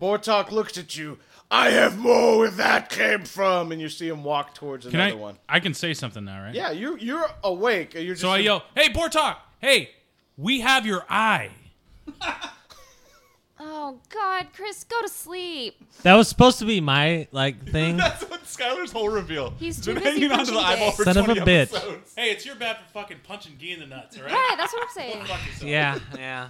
Speaker 3: Bortok looks at you. I have more where that came from, and you see him walk towards
Speaker 2: Can
Speaker 3: another
Speaker 2: I?
Speaker 3: one.
Speaker 2: I can say something now, right?
Speaker 3: Yeah, you you're awake. You're just
Speaker 2: So I yell, "Hey, Bortok! Hey, we have your eye."
Speaker 4: Oh God, Chris, go to sleep.
Speaker 5: That was supposed to be my like thing.
Speaker 1: That's what Skylar's whole reveal.
Speaker 4: He's
Speaker 1: She's
Speaker 4: too
Speaker 1: been
Speaker 4: busy
Speaker 1: hanging onto
Speaker 4: punching
Speaker 1: the eyeball
Speaker 4: dicks.
Speaker 1: for
Speaker 5: Son of
Speaker 1: 20
Speaker 5: a bitch.
Speaker 1: episodes.
Speaker 2: Hey, it's your bad for fucking punching Gee in the nuts, all right?
Speaker 4: Yeah, that's what I'm saying.
Speaker 2: Fuck yourself.
Speaker 5: yeah, yeah.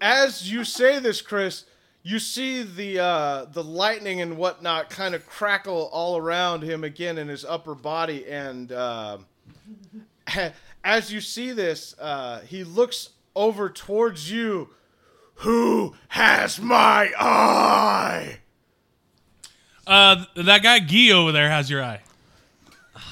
Speaker 3: As you say this, Chris, you see the uh, the lightning and whatnot kind of crackle all around him again in his upper body, and uh, as you see this, uh, he looks over towards you. Who has my eye?
Speaker 2: Uh, th- that guy Gee over there has your eye.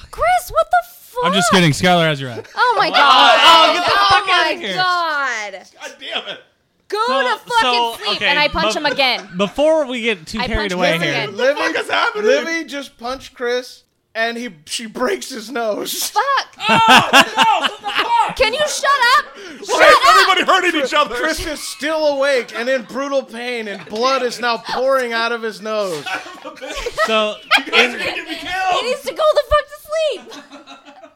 Speaker 4: Chris, what the fuck?
Speaker 2: I'm just kidding. Skylar has your eye.
Speaker 4: Oh my God.
Speaker 5: Oh, get the fuck out
Speaker 4: my
Speaker 5: of here!
Speaker 4: God.
Speaker 1: God damn it.
Speaker 4: Go to fucking
Speaker 5: so,
Speaker 4: sleep.
Speaker 5: okay,
Speaker 4: and I punch
Speaker 5: but-
Speaker 4: him again.
Speaker 5: Before we get too
Speaker 4: I
Speaker 5: carried
Speaker 4: punched
Speaker 5: away
Speaker 4: him
Speaker 5: here,
Speaker 4: again.
Speaker 3: Livy,
Speaker 1: fuck is happening?
Speaker 3: Livy just punched Chris, and he she breaks his nose.
Speaker 4: Fuck.
Speaker 5: Oh,
Speaker 4: Can you shut up?
Speaker 1: Why is everybody hurting each other?
Speaker 3: Chris is still awake and in brutal pain, and blood is now pouring out of his nose.
Speaker 5: so
Speaker 1: Guys are gonna get me
Speaker 4: He
Speaker 1: killed.
Speaker 4: needs to go the fuck to sleep.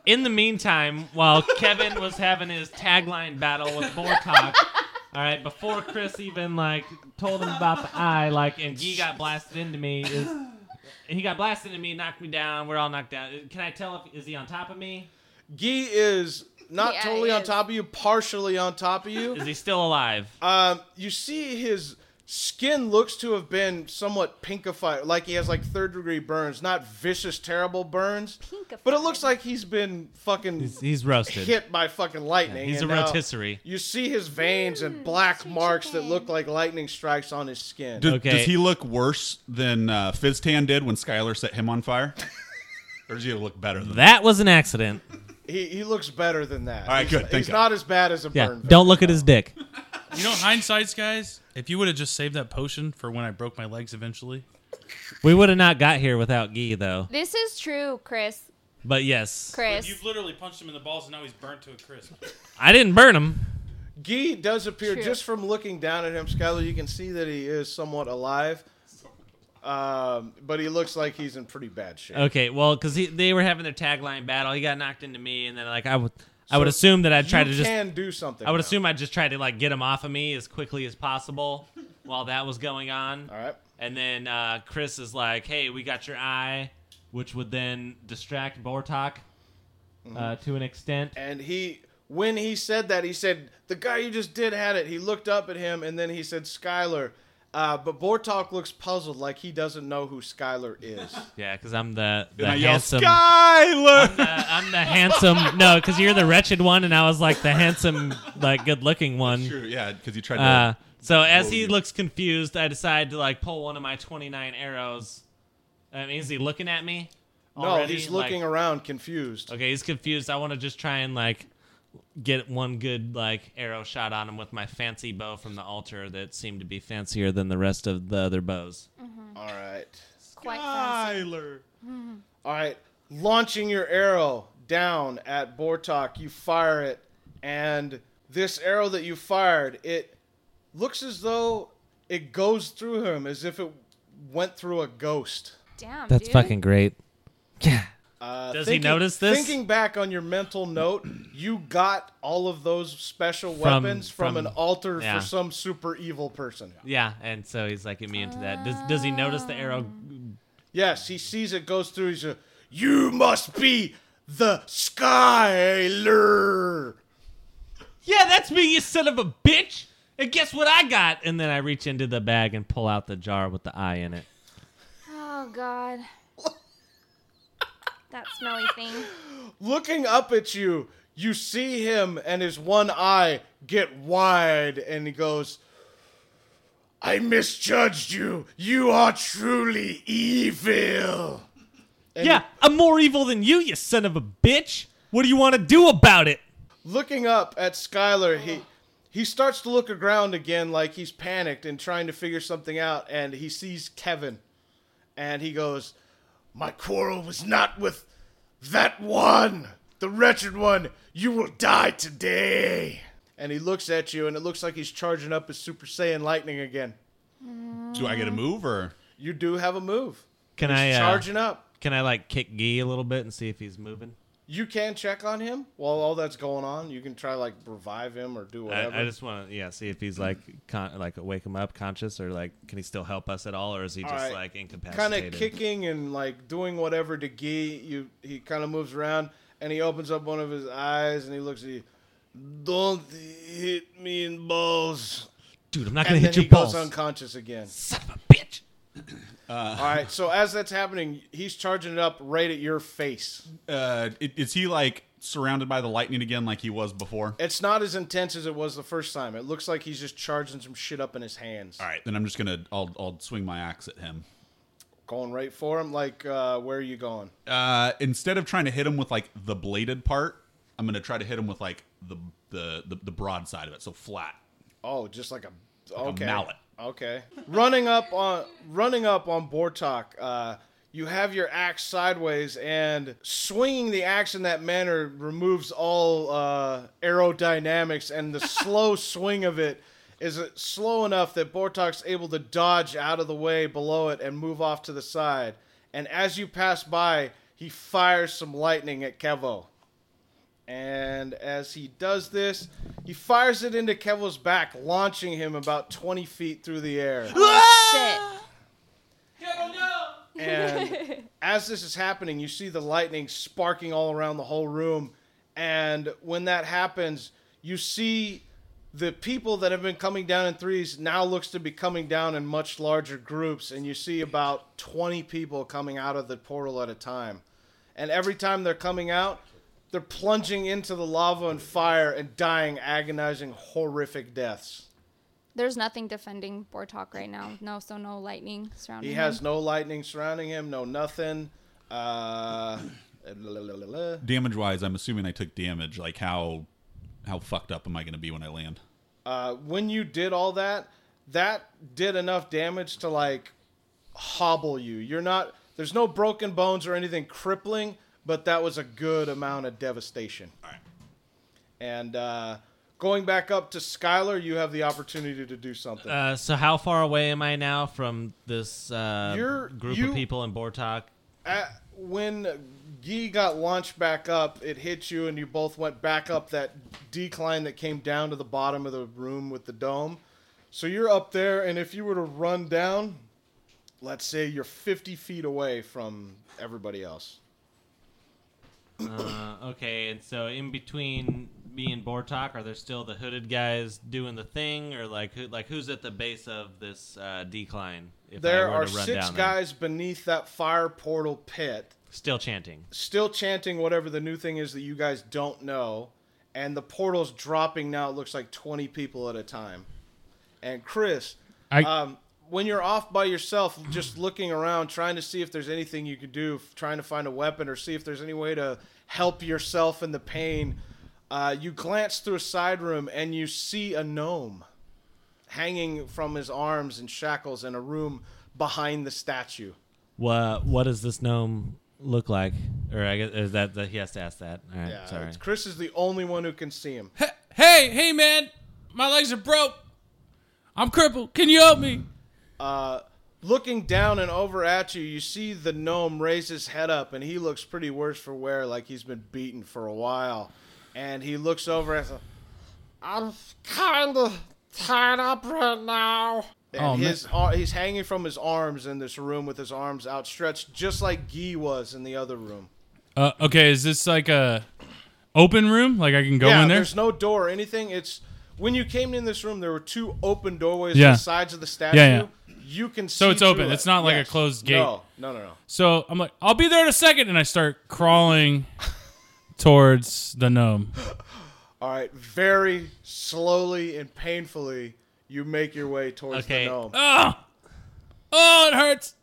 Speaker 5: in the meantime, while Kevin was having his tagline battle with Bortok, all right, before Chris even like told him about the eye, like, and he got blasted into me. Is, he got blasted into me, knocked me down. We're all knocked out. Can I tell if is he on top of me?
Speaker 3: Gee is not
Speaker 4: Yeah,
Speaker 3: totally
Speaker 4: he
Speaker 3: on
Speaker 4: is.
Speaker 3: top of you, partially on top of you.
Speaker 5: Is he still alive?
Speaker 3: Um, you see his skin looks to have been somewhat pinkified, like he has like third degree burns, not vicious, terrible burns.
Speaker 4: Pinkified.
Speaker 3: But it looks like he's been fucking
Speaker 5: He's roasted.
Speaker 3: hit by fucking lightning.
Speaker 5: he's a
Speaker 3: and now
Speaker 5: rotisserie.
Speaker 3: You see his veins
Speaker 4: Mm,
Speaker 3: and black marks that look like lightning strikes on his skin.
Speaker 1: Does,
Speaker 5: Okay.
Speaker 1: does he look worse than uh, Fizztan did when Skylar set him on fire? or does he look better than that?
Speaker 5: That was an accident.
Speaker 3: He, he looks better than that.
Speaker 1: All right,
Speaker 3: he's,
Speaker 1: good, thank
Speaker 3: he's
Speaker 1: God.
Speaker 3: not as bad as a
Speaker 5: Yeah.
Speaker 3: burn.
Speaker 5: Don't look at his dick.
Speaker 2: You know, hindsight's guys, if you would have just saved that potion for when I broke my legs eventually.
Speaker 5: We would have not got here without Gee though.
Speaker 4: This is true, Chris.
Speaker 5: But yes,
Speaker 4: Chris.
Speaker 2: literally punched him in the balls and now he's burnt to a crisp.
Speaker 5: I didn't burn him.
Speaker 3: Gee does appear
Speaker 4: True.
Speaker 3: just from looking down at him, Skylar. You can see that he is somewhat alive, um, but he looks like he's in pretty bad shape.
Speaker 5: Okay, well, because they were having their tagline battle, he got knocked into me, and then like I would, I would assume that I'd try to
Speaker 3: you
Speaker 5: just,
Speaker 3: can do something.
Speaker 5: I would
Speaker 3: now.
Speaker 5: assume I'd just try to like get him off of me as quickly as possible while that was going on,
Speaker 3: All right.
Speaker 5: and then uh, Chris is like, "Hey, we got your eye," which would then distract Bortok uh, to an extent.
Speaker 3: And he, when he said that, he said the guy you just did had it. He looked up at him, and then he said Skylar. Uh, but Bortok looks puzzled, like he doesn't know who Skylar is.
Speaker 5: Yeah, because I'm the, the
Speaker 1: And I yell,
Speaker 5: handsome.
Speaker 1: Skylar!
Speaker 5: Uh, I'm the handsome. No, because you're the wretched one, and I was like the handsome, like good-looking one.
Speaker 1: True, yeah, because you tried to.
Speaker 5: Uh, so as
Speaker 1: Whoa.
Speaker 5: he looks confused, I decide to like pull one of my 29 arrows. I mean, is he looking at me?
Speaker 3: No,
Speaker 5: already?
Speaker 3: he's looking
Speaker 5: Like,
Speaker 3: around confused.
Speaker 5: okay, he's confused. I want to just try and like get one good like arrow shot on him with my fancy bow from the altar that seemed to be fancier than the rest of the other bows.
Speaker 3: All right.
Speaker 4: Quite fast.
Speaker 1: Skylar.
Speaker 3: All right, launching your arrow down at Bortok, you fire it, and this arrow that you fired, it looks as though it goes through him, as if it went through a ghost.
Speaker 4: Damn,
Speaker 5: That's
Speaker 4: dude.
Speaker 5: fucking great. Yeah.
Speaker 3: Uh,
Speaker 5: Does he notice this?
Speaker 3: Thinking back on your mental note, you got all of those special
Speaker 5: From-
Speaker 3: weapons from,
Speaker 5: from-
Speaker 3: an altar
Speaker 5: yeah.
Speaker 3: for some super evil person.
Speaker 5: Yeah, and so he's like immune to that. Does does he notice the arrow?
Speaker 3: Yes, he sees it goes through. He's a, you must be the Skyler.
Speaker 5: Yeah, that's me, you son of a bitch. And guess what I got? And then I reach into the bag and pull out the jar with the eye in it.
Speaker 4: Oh God. that smelly thing.
Speaker 3: looking up at you, you see him and his one eye get wide, and he goes, I misjudged you. You are truly evil. And
Speaker 5: Yeah, I'm more evil than you, you son of a bitch. What do you want to do about it?
Speaker 3: Looking up at Skylar, he he starts to look around again like he's panicked and trying to figure something out, and he sees Kevin. And he goes, My quarrel was not with that one, the wretched one. You will die today. And he looks at you, and it looks like he's charging up his Super Saiyan lightning again.
Speaker 1: Do I get a move or?
Speaker 3: You do have a move.
Speaker 5: Can
Speaker 3: He's
Speaker 5: I uh,
Speaker 3: charging up.
Speaker 5: Can I like kick Gee a little bit and see if he's moving?
Speaker 3: You can check on him while all that's going on. You can try like revive him or do whatever.
Speaker 5: I, I just want to yeah see if he's like con- like wake him up conscious or like can he still help us at all or is he just
Speaker 3: Alright.
Speaker 5: like
Speaker 3: kind
Speaker 5: incapacitated?
Speaker 3: of kicking and like doing whatever to Gee. You he kind of moves around and he opens up one of his eyes and he looks at you. Don't hit me in balls.
Speaker 5: Dude, I'm not
Speaker 3: And
Speaker 5: gonna
Speaker 3: then
Speaker 5: hit your
Speaker 3: he
Speaker 5: balls.
Speaker 3: goes unconscious again.
Speaker 5: Son of a bitch.
Speaker 3: All right. So as that's happening, he's charging it up right at your face.
Speaker 1: Uh, i- is he like surrounded by the lightning again, like he was before?
Speaker 3: It's not as intense as it was the first time. It looks like he's just charging some shit up in his hands,
Speaker 1: All right, then I'm just gonna I'll I'll swing my axe at him.
Speaker 3: going right for him. Like, uh, where are you going?
Speaker 1: Uh, instead of trying to hit him with like the bladed part, I'm gonna try to hit him with like the the the, the broad side of it, so flat.
Speaker 3: Oh, just like a
Speaker 1: a
Speaker 3: okay
Speaker 1: mallet.
Speaker 3: Okay, running up on running up on Bortok. Uh, you have your axe sideways, and swinging the axe in that manner removes all uh, aerodynamics, and the slow swing of it is slow enough that Bortok's able to dodge out of the way below it and move off to the side. And as you pass by, he fires some lightning at Kevo. And as he does this, he fires it into Kevo's back, launching him about 20 feet through the air.
Speaker 4: Oh,
Speaker 3: And as this is happening, you see the lightning sparking all around the whole room. And when that happens, you see the people that have been coming down in threes now looks to be coming down in much larger groups. And you see about 20 people coming out of the portal at a time. And every time they're coming out, they're plunging into the lava and fire and dying agonizing, horrific deaths.
Speaker 4: There's nothing defending Bortok right now. No, so no lightning surrounding
Speaker 3: He has
Speaker 4: him.
Speaker 3: no lightning surrounding him, no nothing. Uh, la, la, la, la.
Speaker 1: Damage wise, I'm assuming I took damage. Like how how fucked up am I gonna be when I land?
Speaker 3: Uh, when you did all that, that did enough damage to like hobble you. You're not. There's no broken bones or anything crippling, but that was a good amount of devastation. All right. And uh, going back up to Skylar, you have the opportunity to do something.
Speaker 5: Uh, so how far away am I now from this uh,
Speaker 3: You're-
Speaker 5: group
Speaker 3: you-
Speaker 5: of people in Bortok?
Speaker 3: at, when Gee got launched back up, it hit you, and you both went back up that decline that came down to the bottom of the room with the dome. So you're up there, and if you were to run down, let's say you're 50 feet away from everybody else.
Speaker 5: Uh, okay, and so in between me and Bortok, are there still the hooded guys doing the thing, or like who, like who's at the base of this uh, decline? If I
Speaker 3: There
Speaker 5: were
Speaker 3: are
Speaker 5: to run
Speaker 3: six
Speaker 5: down there?
Speaker 3: guys beneath that fire portal pit.
Speaker 5: still chanting.
Speaker 3: still chanting whatever the new thing is that you guys don't know, and the portal's dropping now. It looks like twenty people at a time. And Chris,
Speaker 2: I-
Speaker 3: um, when you're off by yourself, just looking around, trying to see if there's anything you could do, f- trying to find a weapon or see if there's any way to help yourself in the pain. Uh, you glance through a side room and you see a gnome hanging from his arms in shackles in a room behind the statue.
Speaker 5: What What does this gnome look like? Or I guess is that, that he has to ask that. All right,
Speaker 3: Yeah,
Speaker 5: sorry.
Speaker 3: Chris is the only one who can see him.
Speaker 2: Hey, hey, man, my legs are broke. I'm crippled. Can you help me?
Speaker 3: looking down and over at you, you see the gnome raise his head up, and he looks pretty worse for wear, like he's been beaten for a while. And he looks over at the. I'm kind of tied up right now. And
Speaker 2: Oh, man.
Speaker 3: his ar- he's hanging from his arms in this room with his arms outstretched, just like Guy was in the other room.
Speaker 2: Uh, okay, is this like a open room? Like I can go
Speaker 3: yeah,
Speaker 2: in there?
Speaker 3: there's no door or anything. It's when you came in this room, there were two open doorways on
Speaker 2: Yeah.
Speaker 3: the sides of the statue.
Speaker 2: yeah.
Speaker 3: You can
Speaker 2: So
Speaker 3: see
Speaker 2: it's open.
Speaker 3: through it.
Speaker 2: It's not like a
Speaker 3: Yes.
Speaker 2: closed gate.
Speaker 3: No, no, no, no.
Speaker 2: So I'm like, I'll be there in a second, and I start crawling towards the gnome.
Speaker 3: All right, very slowly and painfully, you make your way towards
Speaker 5: Okay.
Speaker 3: the gnome.
Speaker 2: Oh, oh, it hurts.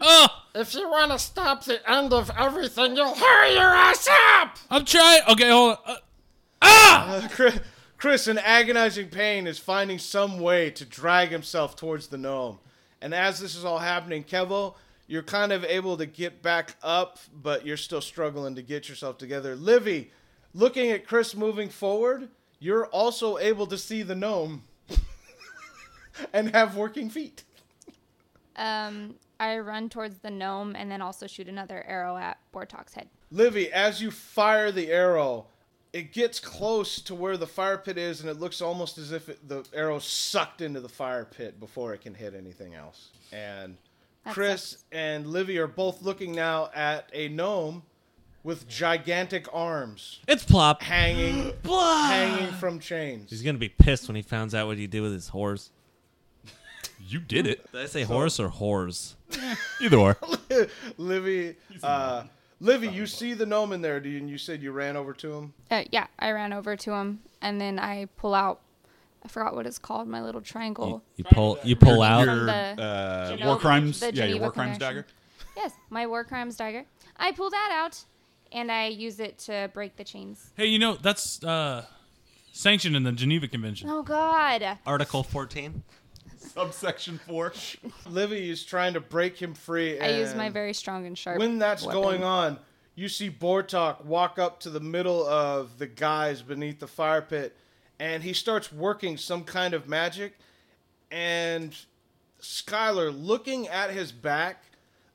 Speaker 2: Oh,
Speaker 3: If you want to stop the end of everything, you'll hurry your ass up.
Speaker 2: I'm trying. Okay, hold on. Uh, ah!
Speaker 3: Uh, Chris, Chris, in agonizing pain, is finding some way to drag himself towards the gnome. And as this is all happening, Kevo, you're kind of able to get back up, but you're still struggling to get yourself together. Livy, looking at Chris moving forward, you're also able to see the gnome and have working feet.
Speaker 4: um, I run towards the gnome and then also shoot another arrow at Bortok's head.
Speaker 3: Livy, as you fire the arrow, it gets close to where the fire pit is, and it looks almost as if it, the arrow sucked into the fire pit before it can hit anything else. And
Speaker 4: That
Speaker 3: Chris
Speaker 4: sucks.
Speaker 3: and Livy are both looking now at a gnome with gigantic arms
Speaker 5: It's plop.
Speaker 3: hanging, hanging from
Speaker 5: He's
Speaker 3: chains.
Speaker 5: gonna be pissed when he finds out what you did with his horse.
Speaker 1: You did it.
Speaker 5: Did I say horse or whores?
Speaker 1: Either or.
Speaker 3: Livy, uh, Livy, you see the gnome in there, do you- and you said you ran over to him.
Speaker 4: Uh, yeah, I ran over to him and then I pull out. I forgot what it's called. My little triangle.
Speaker 5: You pull. You pull out.
Speaker 4: From
Speaker 1: Your
Speaker 4: the
Speaker 1: uh,
Speaker 4: Geneva-
Speaker 1: war crimes.
Speaker 4: the
Speaker 1: Yeah, your
Speaker 4: Geneva
Speaker 1: war crimes
Speaker 4: Convention.
Speaker 1: dagger.
Speaker 4: Yes, my war crimes dagger. I pull that out and I use it to break the chains.
Speaker 2: Hey, you know that's uh, sanctioned in the Geneva Convention.
Speaker 4: Oh God!
Speaker 5: Article fourteen.
Speaker 1: Subsection four.
Speaker 3: Livy is trying to break him free.
Speaker 4: I use my
Speaker 3: and-
Speaker 4: very strong and sharp.
Speaker 3: when that's
Speaker 4: weapon.
Speaker 3: going on, you see Bortok walk up to the middle of the guys beneath the fire pit, and he starts working some kind of magic. And Skylar, looking at his back,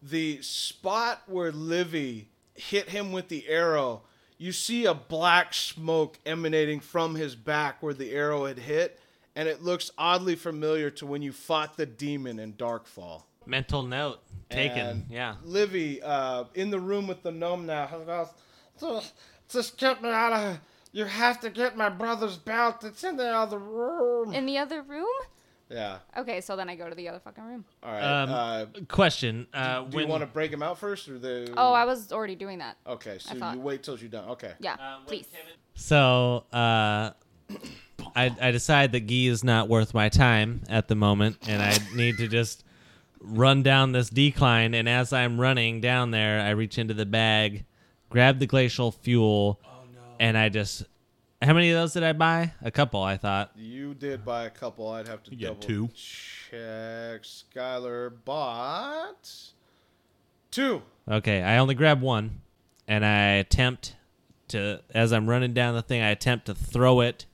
Speaker 3: the spot where Livy hit him with the arrow, you see a black smoke emanating from his back where the arrow had hit, and it looks oddly familiar to when you fought the demon in Darkfall.
Speaker 5: Mental note taken.
Speaker 3: And
Speaker 5: yeah.
Speaker 3: Livy, uh, in the room with the gnome now. has goes, "Just- Just get me out of. You have to get my brother's belt. It's in the other room.
Speaker 4: in the other room.
Speaker 3: Yeah.
Speaker 4: Okay, so then I go to the other fucking room.
Speaker 3: All right.
Speaker 5: Um,
Speaker 3: uh,
Speaker 5: Question. Uh,
Speaker 3: do
Speaker 5: when
Speaker 3: you want to break him out first, or the?
Speaker 4: Oh, I was already doing that.
Speaker 3: Okay, so
Speaker 4: thought-
Speaker 3: you wait till you're done. Okay.
Speaker 4: Yeah,
Speaker 5: Uh,
Speaker 4: please.
Speaker 5: So uh, I, I decide that Gee is not worth my time at the moment, and I need to just run down this decline. And as I'm running down there, I reach into the bag, grab the glacial fuel, and I just. How many of those did I buy? A couple, I thought.
Speaker 3: You did buy a couple. I'd have to
Speaker 1: You
Speaker 3: double
Speaker 1: got two.
Speaker 3: check. Skylar bought two.
Speaker 5: Okay, I only grab one, and I attempt to, as I'm running down the thing, I attempt to throw it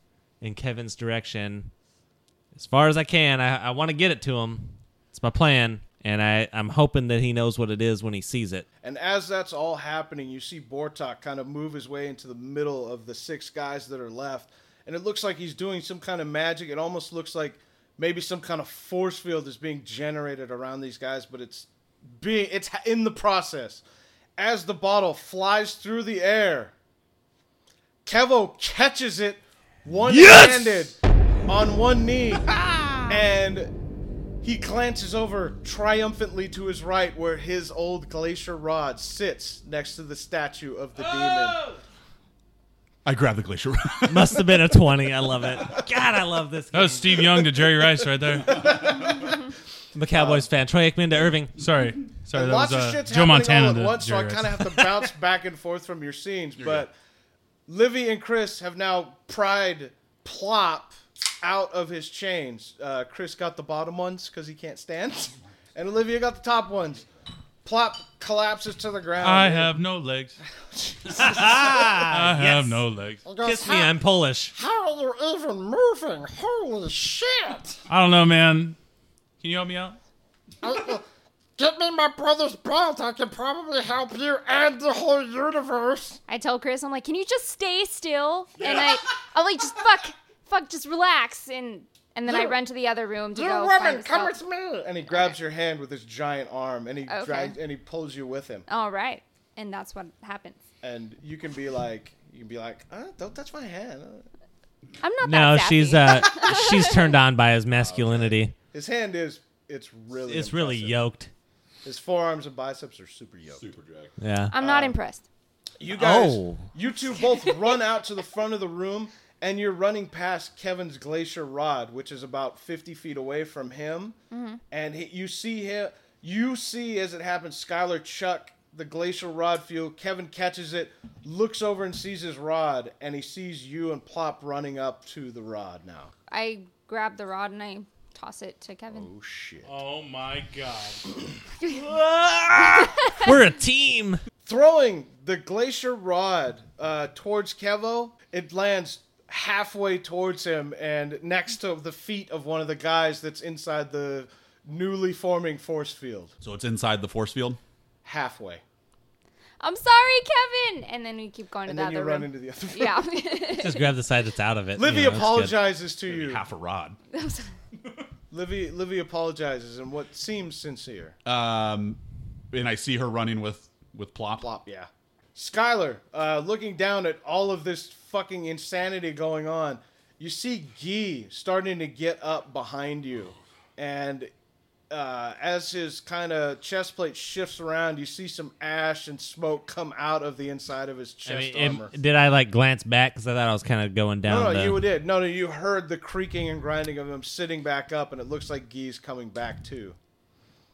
Speaker 5: in Kevin's direction as far as I can. I, I want to get it to him. It's my plan, and I, I'm hoping that he knows what it is when he sees it.
Speaker 3: And as that's all happening, you see Bortok kind of move his way into the middle of the six guys that are left. And it looks like he's doing some kind of magic. It almost looks like maybe some kind of force field is being generated around these guys, but it's being it's ha- in the process. As the bottle flies through the air, Kevo catches it one-handed on one knee and he glances over triumphantly to his right, where his old glacier rod sits next to the statue of the demon.
Speaker 1: I grabbed the glacier.
Speaker 5: Must have been a 20. I love it. God, I love this.
Speaker 2: That
Speaker 5: Game.
Speaker 2: was Steve Young to Jerry Rice right there.
Speaker 5: I'm a Cowboys fan. Troy Aikman to Irving.
Speaker 2: Sorry, sorry. That
Speaker 3: Lots
Speaker 2: was
Speaker 3: of
Speaker 2: uh,
Speaker 3: shit's
Speaker 2: Joe
Speaker 3: happening
Speaker 2: Montana
Speaker 3: all at
Speaker 2: to
Speaker 3: once, so I
Speaker 2: Jerry Rice.
Speaker 3: kind of have to bounce back and forth from your scenes. but Livy and Chris have now pried Plop out of his chains. Uh, Chris got the bottom ones because he can't stand, and Olivia got the top ones. Plop collapses to the ground.
Speaker 2: I have no legs. I have no legs.
Speaker 3: He goes,
Speaker 5: Kiss me. I'm Polish.
Speaker 3: How are you even moving? Holy shit!
Speaker 2: I don't know, man. Can you help me out?
Speaker 3: Get me my brother's belt. I can probably help you and the whole universe.
Speaker 4: I tell Chris, I'm like, can you just stay still? And I, I'm like, just fuck, fuck, just relax. And and then I run to the other room to
Speaker 3: You
Speaker 4: go find
Speaker 3: woman,
Speaker 4: the
Speaker 3: come
Speaker 4: spell.
Speaker 3: with me. And he grabs your hand with his giant arm, and he
Speaker 4: Okay.
Speaker 3: drags, and he pulls you with him.
Speaker 4: All right, and that's what happens.
Speaker 3: And you can be like, you can be like, uh, don't touch my hand.
Speaker 4: I'm not
Speaker 5: No,
Speaker 4: that sassy.
Speaker 5: she's uh, she's turned on by his masculinity.
Speaker 3: His hand is, it's really,
Speaker 5: It's really
Speaker 3: impressive.
Speaker 5: yoked.
Speaker 3: His forearms and biceps are super yoked.
Speaker 5: Yeah.
Speaker 4: I'm
Speaker 3: Oh.
Speaker 4: not impressed.
Speaker 3: You guys,
Speaker 5: Oh.
Speaker 3: you two both run out to the front of the room, and you're running past Kevin's glacier rod, which is about 50 feet away from him. And he, you see him, you see as it happens, Skylar Chuck the glacier rod fuel. Kevin catches it, looks over and sees his rod, and he sees you and Plop running up to the rod now.
Speaker 4: I grab the rod and I toss it to Kevin.
Speaker 3: Oh shit!
Speaker 2: Oh my god.
Speaker 5: We're a team.
Speaker 3: Throwing the glacier rod uh, towards Kevo, it lands halfway towards him and next to the feet of one of the guys that's inside the newly forming force field
Speaker 1: So it's inside the force field.
Speaker 3: halfway,
Speaker 4: I'm sorry, Kevin. And then we keep going
Speaker 3: Oh. and
Speaker 4: to the
Speaker 3: then
Speaker 4: other
Speaker 3: you run
Speaker 4: room.
Speaker 3: into the other. room.
Speaker 4: yeah.
Speaker 5: Just grab the side that's out of it.
Speaker 3: Livy
Speaker 5: you know, it's good.
Speaker 3: apologizes to you.
Speaker 1: Half a rod.
Speaker 3: Livy Livy apologizes in what seems sincere.
Speaker 1: Um, and I see her running with with plop.
Speaker 3: Plop, yeah. Skylar, uh, looking down at all of this fucking insanity going on, you see Gee starting to get up behind you. And uh, as his kind of chest plate shifts around, you see some ash and smoke come out of the inside of his
Speaker 5: I
Speaker 3: chest
Speaker 5: mean, am-
Speaker 3: armor.
Speaker 5: did I like glance back because I thought I was kind of going down?
Speaker 3: no, no,
Speaker 5: the-
Speaker 3: you did. No, no, you heard the creaking and grinding of him sitting back up, and it looks like Gee's coming back too.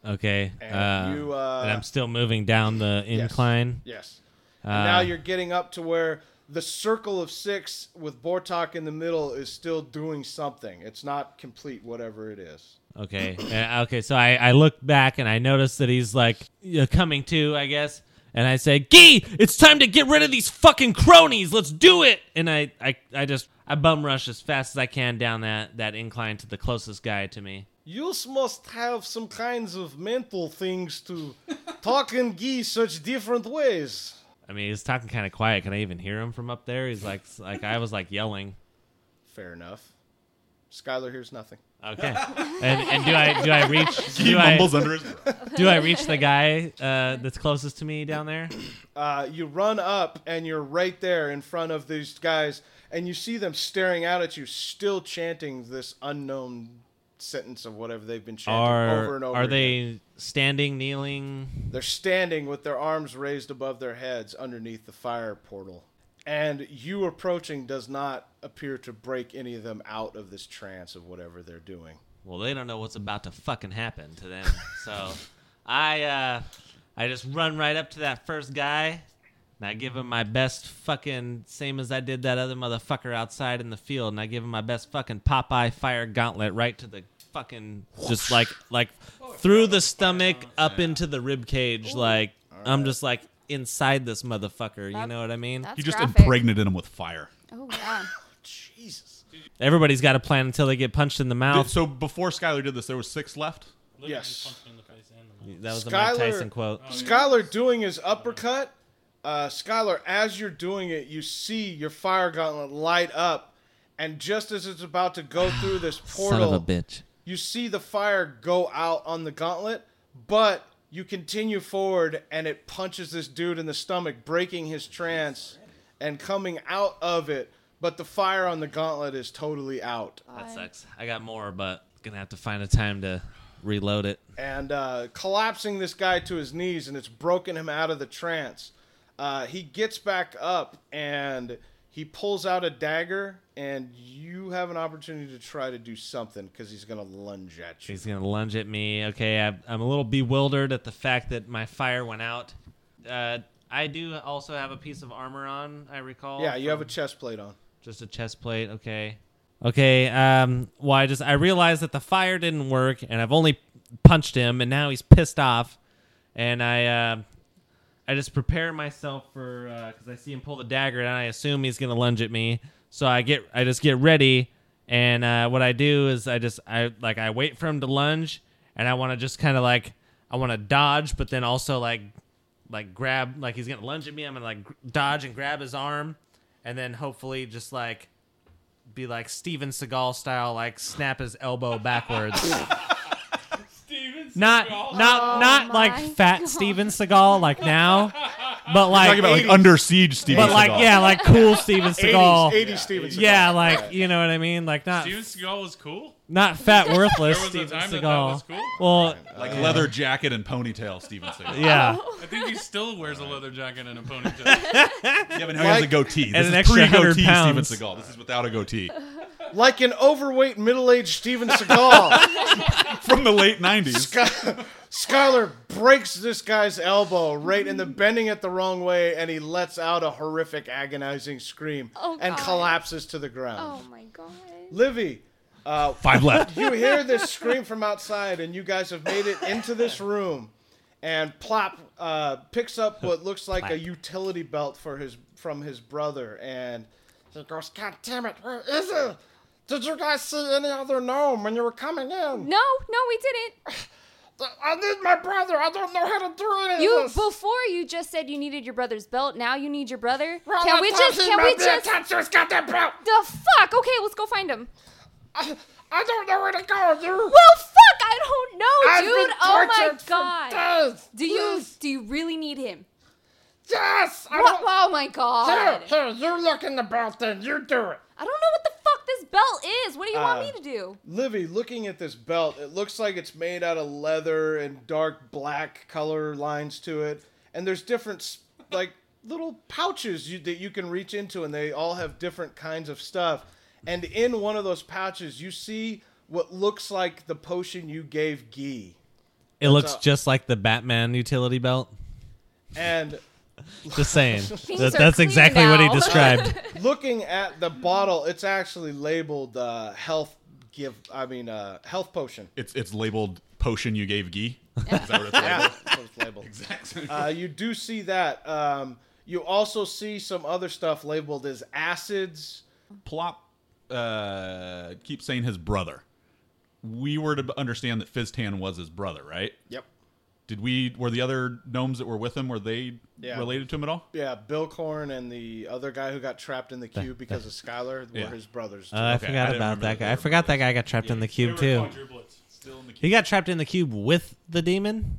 Speaker 5: Okay.
Speaker 3: And
Speaker 5: uh,
Speaker 3: you, uh,
Speaker 5: and I'm still moving down the incline. Uh,
Speaker 3: Yes. And now you're getting up to where the circle of six with Bortok in the middle is still doing something. It's not complete, whatever it is.
Speaker 5: Okay. Uh, okay. So I, I look back and I notice that he's like uh, coming to, I guess. And I say, Gee, it's time to get rid of these fucking cronies. Let's do it. And I, I, I just, I bum rush as fast as I can down that, that incline to the closest guy to me.
Speaker 3: You must have some kinds of mental things to talk and gee such different ways.
Speaker 5: I mean, he's talking kind of quiet. Can I even hear him from up there? He's like, like I was like yelling.
Speaker 3: Fair enough. Skylar hears nothing.
Speaker 5: Okay. And, and do I, do I reach,
Speaker 1: He
Speaker 5: do I,
Speaker 1: mumbles under his breath.
Speaker 5: do I reach the guy uh, that's closest to me down there?
Speaker 3: Uh, you run up and you're right there in front of these guys, and you see them staring out at you, still chanting this unknown sentence of whatever they've been chanting
Speaker 5: Are,
Speaker 3: over and over.
Speaker 5: are
Speaker 3: again.
Speaker 5: they standing, kneeling?
Speaker 3: They're standing with their arms raised above their heads underneath the fire portal. And you approaching does not appear to break any of them out of this trance of whatever they're doing.
Speaker 5: well they don't know what's about to fucking happen to them so i uh i just run right up to that first guy and i give him my best fucking same as i did that other motherfucker outside in the field and i give him my best fucking popeye fire gauntlet right to the fucking just like like through the stomach up into the rib cage like i'm just like inside this motherfucker you
Speaker 4: That-
Speaker 5: know what i mean
Speaker 4: That's
Speaker 1: He just
Speaker 4: graphic.
Speaker 1: impregnated him with fire.
Speaker 4: Oh, yeah.
Speaker 3: Jesus.
Speaker 5: everybody's got a plan until they get punched in the mouth
Speaker 1: So before Skylar did this, there was six left.
Speaker 3: Yes.
Speaker 5: that was the mike
Speaker 3: Skylar-
Speaker 5: tyson quote
Speaker 3: Skylar doing his uppercut. Uh, Skylar, as you're doing it, you see your fire gauntlet light up. And just as it's about to go through this
Speaker 5: son
Speaker 3: portal,
Speaker 5: of a bitch
Speaker 3: you see the fire go out on the gauntlet, but you continue forward and it punches this dude in the stomach, breaking his trance and coming out of it. But the fire on the gauntlet is totally out.
Speaker 5: That sucks. I got more, but gonna have to find a time to reload it.
Speaker 3: And uh, collapsing this guy to his knees, and it's broken him out of the trance. Uh, he gets back up and he pulls out a dagger, and you have an opportunity to try to do something because he's going to lunge at you.
Speaker 5: He's gonna lunge at me. Okay, I, I'm a little bewildered at the fact that my fire went out. Uh, I do also have a piece of armor on. I recall.
Speaker 3: Yeah, you have a chest plate on.
Speaker 5: just a chest plate. Okay. Okay. Um. Well, I just I realized that the fire didn't work, and I've only punched him, and now he's pissed off, and I. Uh, I just prepare myself for because I see him pull the dagger and I assume he's gonna lunge at me. So I get I just get ready and uh, what I do is I just I like I wait for him to lunge and I want to just kind of like I want to dodge but then also like like grab like he's gonna lunge at me I'm gonna like gr- dodge and grab his arm and then hopefully just like be like Steven Seagal style like snap his elbow backwards. Not not not
Speaker 4: Oh
Speaker 5: like
Speaker 4: my
Speaker 5: fat
Speaker 4: God.
Speaker 5: Steven Seagal like now, but like,
Speaker 1: Talking about like under siege, Steven.
Speaker 5: but like
Speaker 1: Seagal.
Speaker 5: yeah, like cool Steven
Speaker 3: 80s,
Speaker 5: Seagal.
Speaker 3: 80s Steven Seagal.
Speaker 5: Yeah, like you know what I mean. Like not
Speaker 2: Steven Seagal was cool.
Speaker 5: not fat worthless
Speaker 2: There was a
Speaker 5: Steven
Speaker 2: time that that
Speaker 5: Seagal.
Speaker 2: was cool.
Speaker 5: Well,
Speaker 1: like leather jacket and ponytail, Steven Seagal.
Speaker 5: yeah,
Speaker 2: I think he still wears a leather jacket and a ponytail.
Speaker 1: Yeah, but now he has a
Speaker 3: Like-
Speaker 1: goatee. This is
Speaker 5: an extra
Speaker 1: pre
Speaker 5: 100
Speaker 1: goatee Steven
Speaker 5: pounds.
Speaker 1: Seagal. This is without a goatee.
Speaker 3: like an overweight middle-aged Steven Seagal.
Speaker 1: From the late 90s.
Speaker 3: Sky- Skylar breaks this guy's elbow right in the bending it the wrong way, and he lets out a horrific, agonizing scream
Speaker 4: Oh,
Speaker 3: and
Speaker 4: God.
Speaker 3: collapses to the ground.
Speaker 4: Oh, my God.
Speaker 3: Livy,
Speaker 6: uh,
Speaker 1: Five left.
Speaker 3: you hear this scream from outside, and you guys have made it into this room. And Plop uh, picks up what looks like a utility belt for his from his brother, and he goes, "God damn it, where is it?
Speaker 6: Did you guys see any other gnome when you were coming in?
Speaker 4: No, no, we didn't.
Speaker 6: I need my brother. I don't know how to do any of
Speaker 4: You
Speaker 6: this.
Speaker 4: before you just said you needed your brother's belt. Now you need your brother.
Speaker 6: We're all
Speaker 4: Can
Speaker 6: not
Speaker 4: we just?
Speaker 6: talking
Speaker 4: Can we
Speaker 6: about the
Speaker 4: just?
Speaker 6: attached to his goddamn belt.
Speaker 4: The fuck? Okay, let's go find him.
Speaker 6: I, I don't know where to go, dude.
Speaker 4: Well, fuck! I don't know,
Speaker 6: I've
Speaker 4: dude.
Speaker 6: been
Speaker 4: oh my
Speaker 6: tortured for
Speaker 4: god.
Speaker 6: days.
Speaker 4: Do you
Speaker 6: Please.
Speaker 4: do you really need him?
Speaker 6: Yes. I
Speaker 4: What?
Speaker 6: don't.
Speaker 4: Oh my god.
Speaker 6: Here, here, you look in the belt, then you do it.
Speaker 4: I don't know what the fuck this belt is. What do you want
Speaker 3: Uh,
Speaker 4: me to do?
Speaker 3: Livy, looking at this belt, it looks like it's made out of leather and dark black color lines to it, and there's different s- like little pouches you, that you can reach into, and they all have different kinds of stuff. And in one of those pouches, you see what looks like the potion you gave Gee,
Speaker 5: It looks
Speaker 3: up?
Speaker 5: just like the Batman utility belt.
Speaker 3: and
Speaker 5: Just saying. That-
Speaker 4: are
Speaker 5: that's
Speaker 4: clean
Speaker 5: exactly what he
Speaker 4: now.
Speaker 5: described. Uh,
Speaker 3: looking at the bottle, it's actually labeled uh, health give. I mean, uh, health potion.
Speaker 1: It's it's labeled potion you gave Gee. Is that what it's labeled?
Speaker 3: That's what it's labeled.
Speaker 1: Exactly.
Speaker 3: Uh, you do see that. Um, you also see some other stuff labeled as acids.
Speaker 1: Plop uh, keeps saying his brother. We were to understand that Fizztan was his brother, right?
Speaker 3: Yep.
Speaker 1: Did we? Were the other gnomes that were with him? Were they
Speaker 3: Yeah.
Speaker 1: related to him at all?
Speaker 3: Yeah, Bill Corn and the other guy who got trapped in the cube because of Skylar were
Speaker 1: Yeah.
Speaker 3: his brothers.
Speaker 5: Oh, I
Speaker 1: Okay, I
Speaker 5: forgot
Speaker 1: didn't
Speaker 5: about
Speaker 1: remember
Speaker 5: that
Speaker 1: that
Speaker 5: guy.
Speaker 1: they
Speaker 5: I
Speaker 1: were
Speaker 5: forgot that guy got trapped in the cube too.
Speaker 1: Still in the
Speaker 5: He got trapped in the cube with the demon.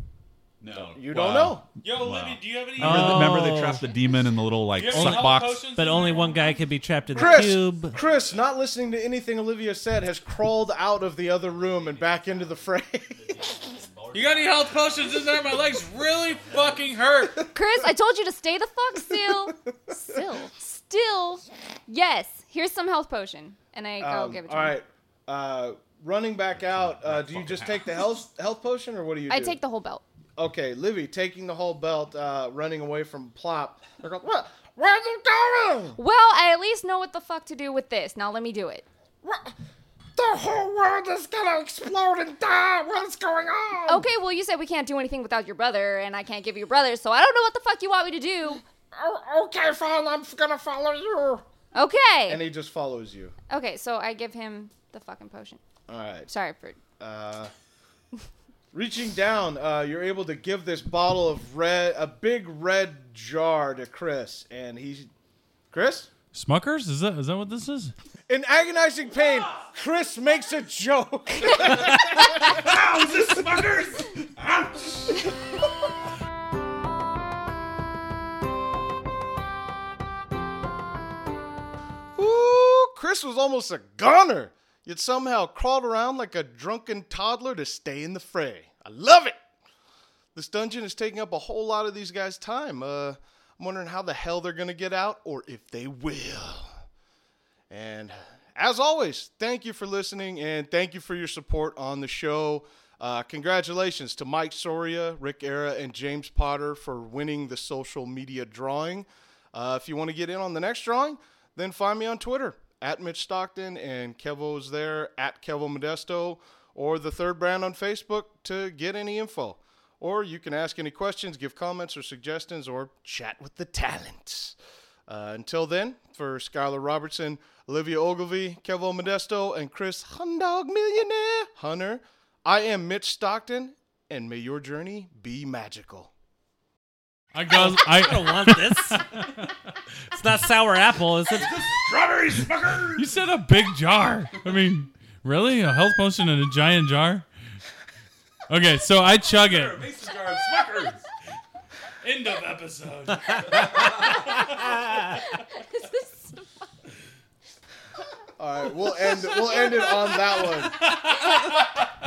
Speaker 1: No,
Speaker 3: you don't know.
Speaker 2: Yo,
Speaker 1: Wow.
Speaker 2: Libby, do you have any?
Speaker 5: Oh.
Speaker 1: Remember, they trapped the demon in the little like
Speaker 2: do you have any
Speaker 1: suck
Speaker 2: health
Speaker 1: box.
Speaker 2: potions
Speaker 5: But
Speaker 2: in
Speaker 5: only
Speaker 2: there?
Speaker 5: one guy could be trapped in the
Speaker 3: Chris,
Speaker 5: cube.
Speaker 3: Chris, not listening to anything Olivia said, has crawled out of the other room and back into the fray.
Speaker 2: You got any health potions in there? My legs really fucking hurt.
Speaker 4: Chris, I told you to stay the fuck still. still. Still. Yes. Here's some health potion. And I go
Speaker 3: Um,
Speaker 4: Oh, give it to
Speaker 3: all
Speaker 4: him.
Speaker 3: right, uh, running back out. Uh, do you just take the health health potion, or what do you?
Speaker 4: I
Speaker 3: do?
Speaker 4: take the whole belt.
Speaker 3: Okay, Livy taking the whole belt, uh, running away from Plop. They're going, what?
Speaker 6: Where are you going?
Speaker 4: Well, I at least know what the fuck to do with this. Now let me do it.
Speaker 6: Wha- The whole world is gonna explode and die. What's going on?
Speaker 4: Okay, well, you said we can't do anything without your brother, and I can't give you your brother, so I don't know what the fuck you want me to do.
Speaker 6: O- okay, fine. I'm f- gonna follow you.
Speaker 3: And
Speaker 4: Okay.
Speaker 3: he just follows you.
Speaker 4: Okay, so I give him the fucking potion.
Speaker 3: All right.
Speaker 4: Sorry for.
Speaker 3: Uh, reaching down, uh, you're able to give this bottle of red, a big red jar to Chris, and he's Chris.
Speaker 2: Smuckers? Is that is that what this is?
Speaker 3: In agonizing pain, Chris makes a joke. Ooh, Chris was almost a goner, yet somehow crawled around like a drunken toddler to stay in the fray. I love it! This dungeon is taking up a whole lot of these guys' time. Uh, I'm wondering how the hell they're gonna get out, or if they will. And as always, thank you for listening and thank you for your support on the show. Uh, congratulations to Mike Soria, Rick Era, and James Potter for winning the social media drawing. Uh, if you want to get in on the next drawing, then find me on Twitter at Mitch Stockton and Kevo's there at Kevo Modesto or the third brand on Facebook to get any info. Or you can ask any questions, give comments or suggestions, or chat with the talents. Uh, until then, for Skylar Robertson, Olivia Ogilvy, Kevo Modesto, and Chris Hundog Millionaire Hunter, I am Mitch Stockton, and may your journey be magical.
Speaker 2: I go. I.
Speaker 5: don't want this. it's not sour apple, is it?
Speaker 2: You said a big jar. I mean, really? A health potion in a giant jar? Okay, so I chug it. End of episode.
Speaker 3: All right, we'll end we'll end it on that one.